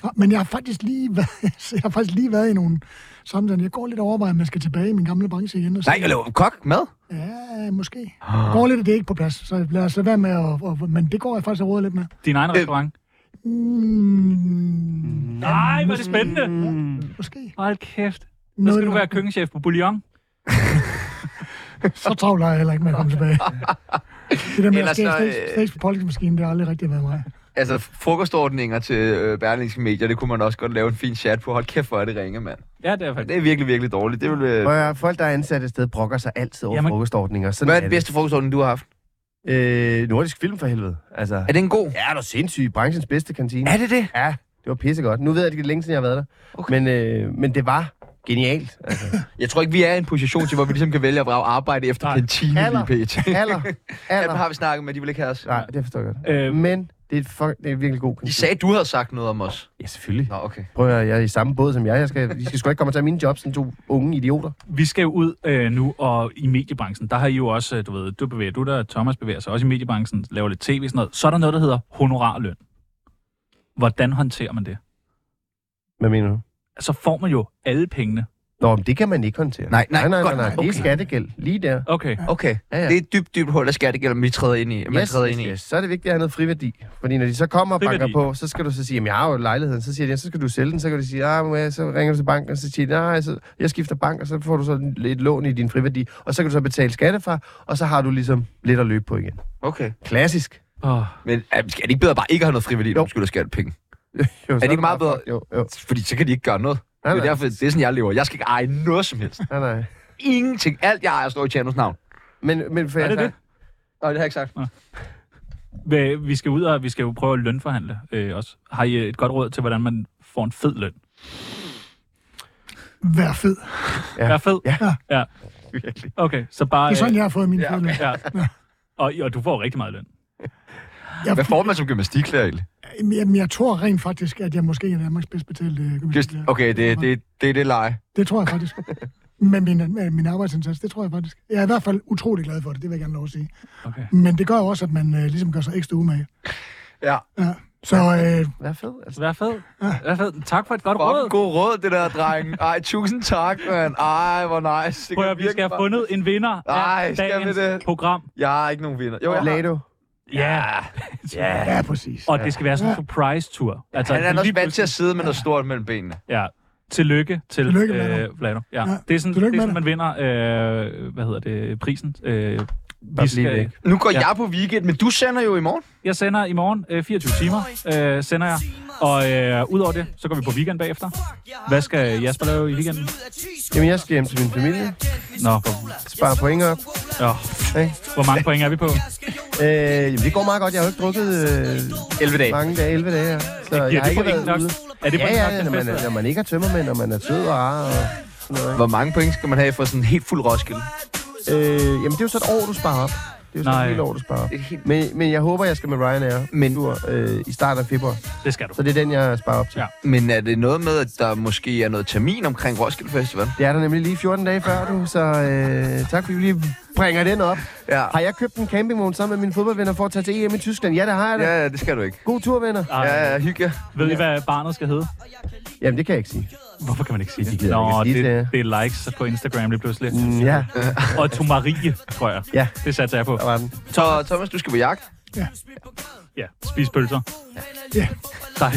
[SPEAKER 4] Ja, Men jeg har faktisk lige været, [laughs] jeg har faktisk lige været i nogle samtaler. Jeg går lidt og overvejer, om jeg skal tilbage i min gamle branche igen. Og se-
[SPEAKER 1] Nej, jeg laver kok, mad.
[SPEAKER 4] Ja, måske. Det går lidt, at det er ikke på plads, så lad os lade være med at... Og, men det går jeg faktisk at råde lidt med.
[SPEAKER 2] Din egen restaurant?
[SPEAKER 4] Mm,
[SPEAKER 2] Nej, hvor er det spændende.
[SPEAKER 4] måske.
[SPEAKER 2] Hold kæft. Så
[SPEAKER 3] Mm.
[SPEAKER 4] Noget i
[SPEAKER 2] skal
[SPEAKER 4] den
[SPEAKER 2] du være
[SPEAKER 4] retning.
[SPEAKER 2] køkkenchef på Bouillon.
[SPEAKER 4] Så travlt har jeg heller ikke med at komme
[SPEAKER 1] [laughs]
[SPEAKER 4] tilbage. Det der med
[SPEAKER 1] Ellers
[SPEAKER 4] at stå
[SPEAKER 1] så, øh,
[SPEAKER 4] stage på politikermaskinen, det har aldrig rigtig været mig.
[SPEAKER 1] Altså, frokostordninger til øh, Berlingske Medier, det kunne man også godt lave en fin chat på. Hold kæft, hvor er det ringe, mand.
[SPEAKER 2] Ja, det er faktisk.
[SPEAKER 1] Det er virkelig, virkelig dårligt. Det vil, øh...
[SPEAKER 3] Prøv at høre, folk, der er ansat et sted, brokker sig altid
[SPEAKER 2] Jamen-
[SPEAKER 3] over Jamen. frokostordninger. Sådan
[SPEAKER 1] Hvad er den
[SPEAKER 3] det.
[SPEAKER 1] bedste frokostordning, du har haft?
[SPEAKER 3] Øh, nordisk film for helvede. Altså,
[SPEAKER 1] Er den god?
[SPEAKER 3] ja, er du sindssyg. Branchens bedste kantine.
[SPEAKER 1] Er det det?
[SPEAKER 3] Ja, det var pissegodt. Nu ved jeg, at det er længe siden, jeg har været der.
[SPEAKER 1] Okay.
[SPEAKER 3] Okay. Men, øh, men det var
[SPEAKER 1] [laughs]
[SPEAKER 3] genialt. Altså,
[SPEAKER 1] Jeg tror ikke, vi er i en position til, hvor vi ligesom kan vælge at brage arbejde efter
[SPEAKER 2] Nej.
[SPEAKER 1] kantine lige
[SPEAKER 3] Alder.
[SPEAKER 1] pt.
[SPEAKER 3] alder,
[SPEAKER 1] Alder har
[SPEAKER 3] alder.
[SPEAKER 1] vi snakket med, de vil ikke have os.
[SPEAKER 3] Nej, det forstår jeg godt.
[SPEAKER 2] Øh,
[SPEAKER 3] Men det er, et fuck, det er en virkelig god
[SPEAKER 1] De
[SPEAKER 3] kantine.
[SPEAKER 1] sagde, du havde sagt noget om os.
[SPEAKER 3] Ja, selvfølgelig.
[SPEAKER 1] Nå, okay.
[SPEAKER 3] Prøv at høre, jeg er i samme båd som jeg. jeg skal, I skal sgu ikke komme og tage mine jobs som to unge idioter.
[SPEAKER 2] vi skal jo ud øh, nu, og i mediebranchen, der har I jo også, øh, du ved, du bevæger du der, Thomas bevæger sig også i mediebranchen, laver lidt tv og sådan noget. Så er der noget, der hedder honorarløn. Hvordan håndterer man det?
[SPEAKER 3] Hvad mener du?
[SPEAKER 2] Så får man jo alle pengene.
[SPEAKER 3] Nå, men det kan man ikke håndtere.
[SPEAKER 1] Nej, nej,
[SPEAKER 3] nej, nej, nej,
[SPEAKER 1] godt
[SPEAKER 3] nej.
[SPEAKER 1] nok.
[SPEAKER 3] Det er
[SPEAKER 1] Okay.
[SPEAKER 3] skattegæld. Lige der.
[SPEAKER 2] Okay.
[SPEAKER 1] Okay,
[SPEAKER 3] Ja, ja.
[SPEAKER 1] det er et dybt, dybt hul af skattegælder, vi træder ind i. Man
[SPEAKER 3] Yes,
[SPEAKER 1] træder
[SPEAKER 3] yes,
[SPEAKER 1] ind i.
[SPEAKER 3] yes. Så er det vigtigt at have noget friværdi. Fordi når de så kommer og banker
[SPEAKER 2] Friværdi.
[SPEAKER 3] på, så skal du så sige, at jeg har jo lejligheden. Så siger de, så skal du sælge den. Så kan de sige, ah, må jeg- så ringer du til banken, og så siger de, nej, så jeg skifter bank, og så får du så et lån i din friværdi. Og så kan du så betale skattefra, og så har du ligesom lidt at løbe på igen.
[SPEAKER 1] Okay.
[SPEAKER 3] Klassisk.
[SPEAKER 2] Oh,
[SPEAKER 1] Men øh, skal det ikke bedre bare ikke at have noget frivilligt, når
[SPEAKER 3] Jo.
[SPEAKER 1] man skylder skattepenge?
[SPEAKER 3] Jo, så
[SPEAKER 1] ikke meget
[SPEAKER 3] bare-
[SPEAKER 1] bedre?
[SPEAKER 3] Jo, jo.
[SPEAKER 1] Fordi så kan de ikke gøre noget. Det
[SPEAKER 3] Nej,
[SPEAKER 1] er
[SPEAKER 3] nej.
[SPEAKER 1] derfor, det er sådan, jeg lever. Jeg skal ikke eje noget som helst.
[SPEAKER 3] Nej, nej.
[SPEAKER 1] Ingenting. Alt, jeg ejer, står i Tjernos navn.
[SPEAKER 3] Men, men for
[SPEAKER 2] er
[SPEAKER 3] jeg,
[SPEAKER 2] det det?
[SPEAKER 1] Nej, det har jeg ikke sagt.
[SPEAKER 2] Hvad- Vi skal ud og vi skal jo prøve at lønforhandle øh, også. Har I øh, et godt råd til, hvordan man får en fed løn?
[SPEAKER 4] Vær fed.
[SPEAKER 3] Ja.
[SPEAKER 2] Er fed?
[SPEAKER 3] Ja.
[SPEAKER 2] ja. Okay, så bare...
[SPEAKER 4] Det er sådan,
[SPEAKER 2] øh,
[SPEAKER 4] jeg har fået min ja, okay.
[SPEAKER 2] ja. Og, og du får rigtig meget løn.
[SPEAKER 1] Hvad får man som gymnastiklærer egentlig?
[SPEAKER 4] Jamen, jeg tror rent faktisk, at jeg måske er Danmarks bedst betalte øh, gymnastiklærer.
[SPEAKER 1] Okay, det, det, det er det leje.
[SPEAKER 4] Det tror jeg faktisk. Med min, med min arbejdsindsats, det tror jeg faktisk. Jeg er i hvert fald utrolig glad for det, det vil jeg gerne lov at sige.
[SPEAKER 2] Okay.
[SPEAKER 4] Men det gør jo også, at man øh, ligesom gør sig ekstra umage.
[SPEAKER 1] Ja.
[SPEAKER 4] ja. Så øh,
[SPEAKER 3] hvad er fed? Altså,
[SPEAKER 2] Vær fed. Vær fed. Tak for et godt råd.
[SPEAKER 1] Fucking god råd, det der, dreng. Ej, tusind tak, mand. Ej, hvor nice. Det
[SPEAKER 2] Prøv
[SPEAKER 1] kan
[SPEAKER 2] at, høre, vi skal
[SPEAKER 1] virkelig
[SPEAKER 2] have
[SPEAKER 1] bare-
[SPEAKER 2] fundet en vinder
[SPEAKER 1] Nej,
[SPEAKER 2] af
[SPEAKER 1] skal vi
[SPEAKER 2] dagens
[SPEAKER 1] det?
[SPEAKER 2] program.
[SPEAKER 1] Jeg er ikke nogen vinder. Jo, jeg har.
[SPEAKER 3] Lado.
[SPEAKER 2] Ja. ja.
[SPEAKER 4] ja, præcis.
[SPEAKER 2] Og det skal være sådan en surprise-tur. Altså,
[SPEAKER 1] Han er også
[SPEAKER 2] lige
[SPEAKER 1] vant til at sidde med noget stort mellem benene.
[SPEAKER 2] pludselig- Ja. Tillykke til
[SPEAKER 4] Tillykke, Vlado.
[SPEAKER 2] øh, Vlado. Ja.
[SPEAKER 4] Ja,
[SPEAKER 2] Det er sådan, det
[SPEAKER 4] tillykke
[SPEAKER 2] er
[SPEAKER 4] med
[SPEAKER 2] sådan
[SPEAKER 4] det.
[SPEAKER 2] man vinder, øh, hvad hedder det, prisen. Øh, vi
[SPEAKER 3] bliv væk.
[SPEAKER 1] Nu går
[SPEAKER 2] Ja.
[SPEAKER 1] ja. jeg på weekend, men du sender jo i morgen.
[SPEAKER 2] Jeg sender i morgen øh, 24 timer, øh, sender jeg. Og øh, udover det, så går vi på weekend bagefter. Hvad skal Jasper lave i weekenden?
[SPEAKER 3] Jamen, jeg skal hjem til min familie.
[SPEAKER 2] Nå, hvor,
[SPEAKER 3] Spare point op.
[SPEAKER 2] ja.
[SPEAKER 3] Hey.
[SPEAKER 2] hvor mange point er vi på?
[SPEAKER 3] Øh, jamen, det går meget godt. Jeg har jo ikke drukket øh,
[SPEAKER 1] 11 dage.
[SPEAKER 3] mange dage, 11 dage. her. Så jeg
[SPEAKER 2] Giver
[SPEAKER 3] har
[SPEAKER 2] det
[SPEAKER 3] ikke
[SPEAKER 2] point
[SPEAKER 3] været
[SPEAKER 2] nok?
[SPEAKER 3] ude.
[SPEAKER 2] Er det
[SPEAKER 3] Ja,
[SPEAKER 2] point
[SPEAKER 3] ja,
[SPEAKER 2] nok,
[SPEAKER 3] øh, når
[SPEAKER 2] den
[SPEAKER 3] man,
[SPEAKER 2] bedste?
[SPEAKER 3] er- når man ikke har tømmermænd, og man er sød og rar. Og sådan noget,
[SPEAKER 1] Hvor mange point skal man have for sådan en helt fuld Roskilde?
[SPEAKER 3] ikke? øh, jamen, det er jo så et år, du sparer op. Det er jo så
[SPEAKER 2] Nej.
[SPEAKER 3] et helt år, du sparer op.
[SPEAKER 1] Et helt-
[SPEAKER 3] Men, men jeg håber, jeg skal med Ryanair
[SPEAKER 1] Men-
[SPEAKER 3] men... tur, øh, i starten af februar.
[SPEAKER 2] Det skal du.
[SPEAKER 3] Så det er den, jeg sparer op til.
[SPEAKER 2] Ja.
[SPEAKER 3] Ja.
[SPEAKER 1] Men er det noget med, at der måske er noget termin omkring Roskilde Festival?
[SPEAKER 3] Det er der nemlig lige 14 dage før, du. Så øh, tak, fordi vi lige bringer den op.
[SPEAKER 1] Ja.
[SPEAKER 3] Har jeg købt en campingvogn sammen med mine fodboldvenner for at tage til EM i Tyskland? Ja, det har jeg da.
[SPEAKER 1] Ja, ja, det skal du ikke.
[SPEAKER 3] God tur, venner.
[SPEAKER 2] Ej,
[SPEAKER 1] Ja, ja, hygge jer.
[SPEAKER 2] Ved I, hvad barnet skal hedde?
[SPEAKER 3] Jamen, det kan jeg ikke sige.
[SPEAKER 2] Hvorfor kan man ikke sige det?
[SPEAKER 3] gider jeg
[SPEAKER 2] Nå,
[SPEAKER 3] ikke
[SPEAKER 2] det,
[SPEAKER 3] sige
[SPEAKER 2] det,
[SPEAKER 3] det.
[SPEAKER 2] det er likes på Instagram lige pludselig.
[SPEAKER 3] Mm, ja,
[SPEAKER 2] Og to Marie, tror jeg.
[SPEAKER 3] Ja.
[SPEAKER 2] Det satser jeg på.
[SPEAKER 3] der var den.
[SPEAKER 1] Så Thomas, du skal på jagt.
[SPEAKER 2] Ja, spis pølser.
[SPEAKER 4] Ja.
[SPEAKER 2] Nej.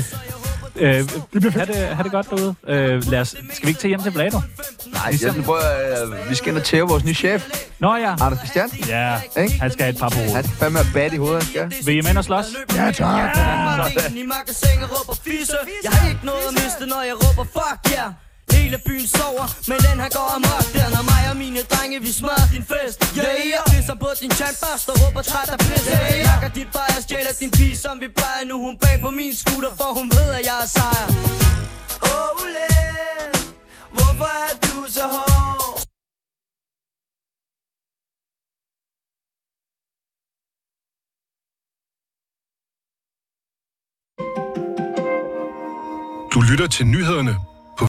[SPEAKER 2] Øh,
[SPEAKER 4] Det bliver
[SPEAKER 2] ha'
[SPEAKER 4] fedt.
[SPEAKER 2] det, ha' det godt derude. Øh, lad os, skal vi ikke tage hjem til Vlado?
[SPEAKER 1] Nej, jeg synes, prøv, at, øh, vi skal ind og tæve vores nye chef,
[SPEAKER 2] Nå ja.
[SPEAKER 1] Anders Christian.
[SPEAKER 2] Ja,
[SPEAKER 1] Ikke?
[SPEAKER 2] han skal have et par på
[SPEAKER 1] Han
[SPEAKER 2] hovedet.
[SPEAKER 1] skal fandme have bat i hovedet, han skal.
[SPEAKER 2] Vil I med ind og slås?
[SPEAKER 4] Ja, tak.
[SPEAKER 8] Magten i magasin og råber fisse Jeg har ikke noget at miste, når jeg råber fuck ja yeah. Hele byen sover, men den her går amok Den har mig og mine drenge, vi smadrer din fest Yeah, jeg pisser på din tandbørst og råber træt af pis Yeah, jeg jakker dit bare, jeg stjæler din pige, som vi plejer Nu er hun bag på min scooter, for hun ved, at jeg er sejr Ole, hvorfor er du så hård?
[SPEAKER 9] Du lytter til nyhederne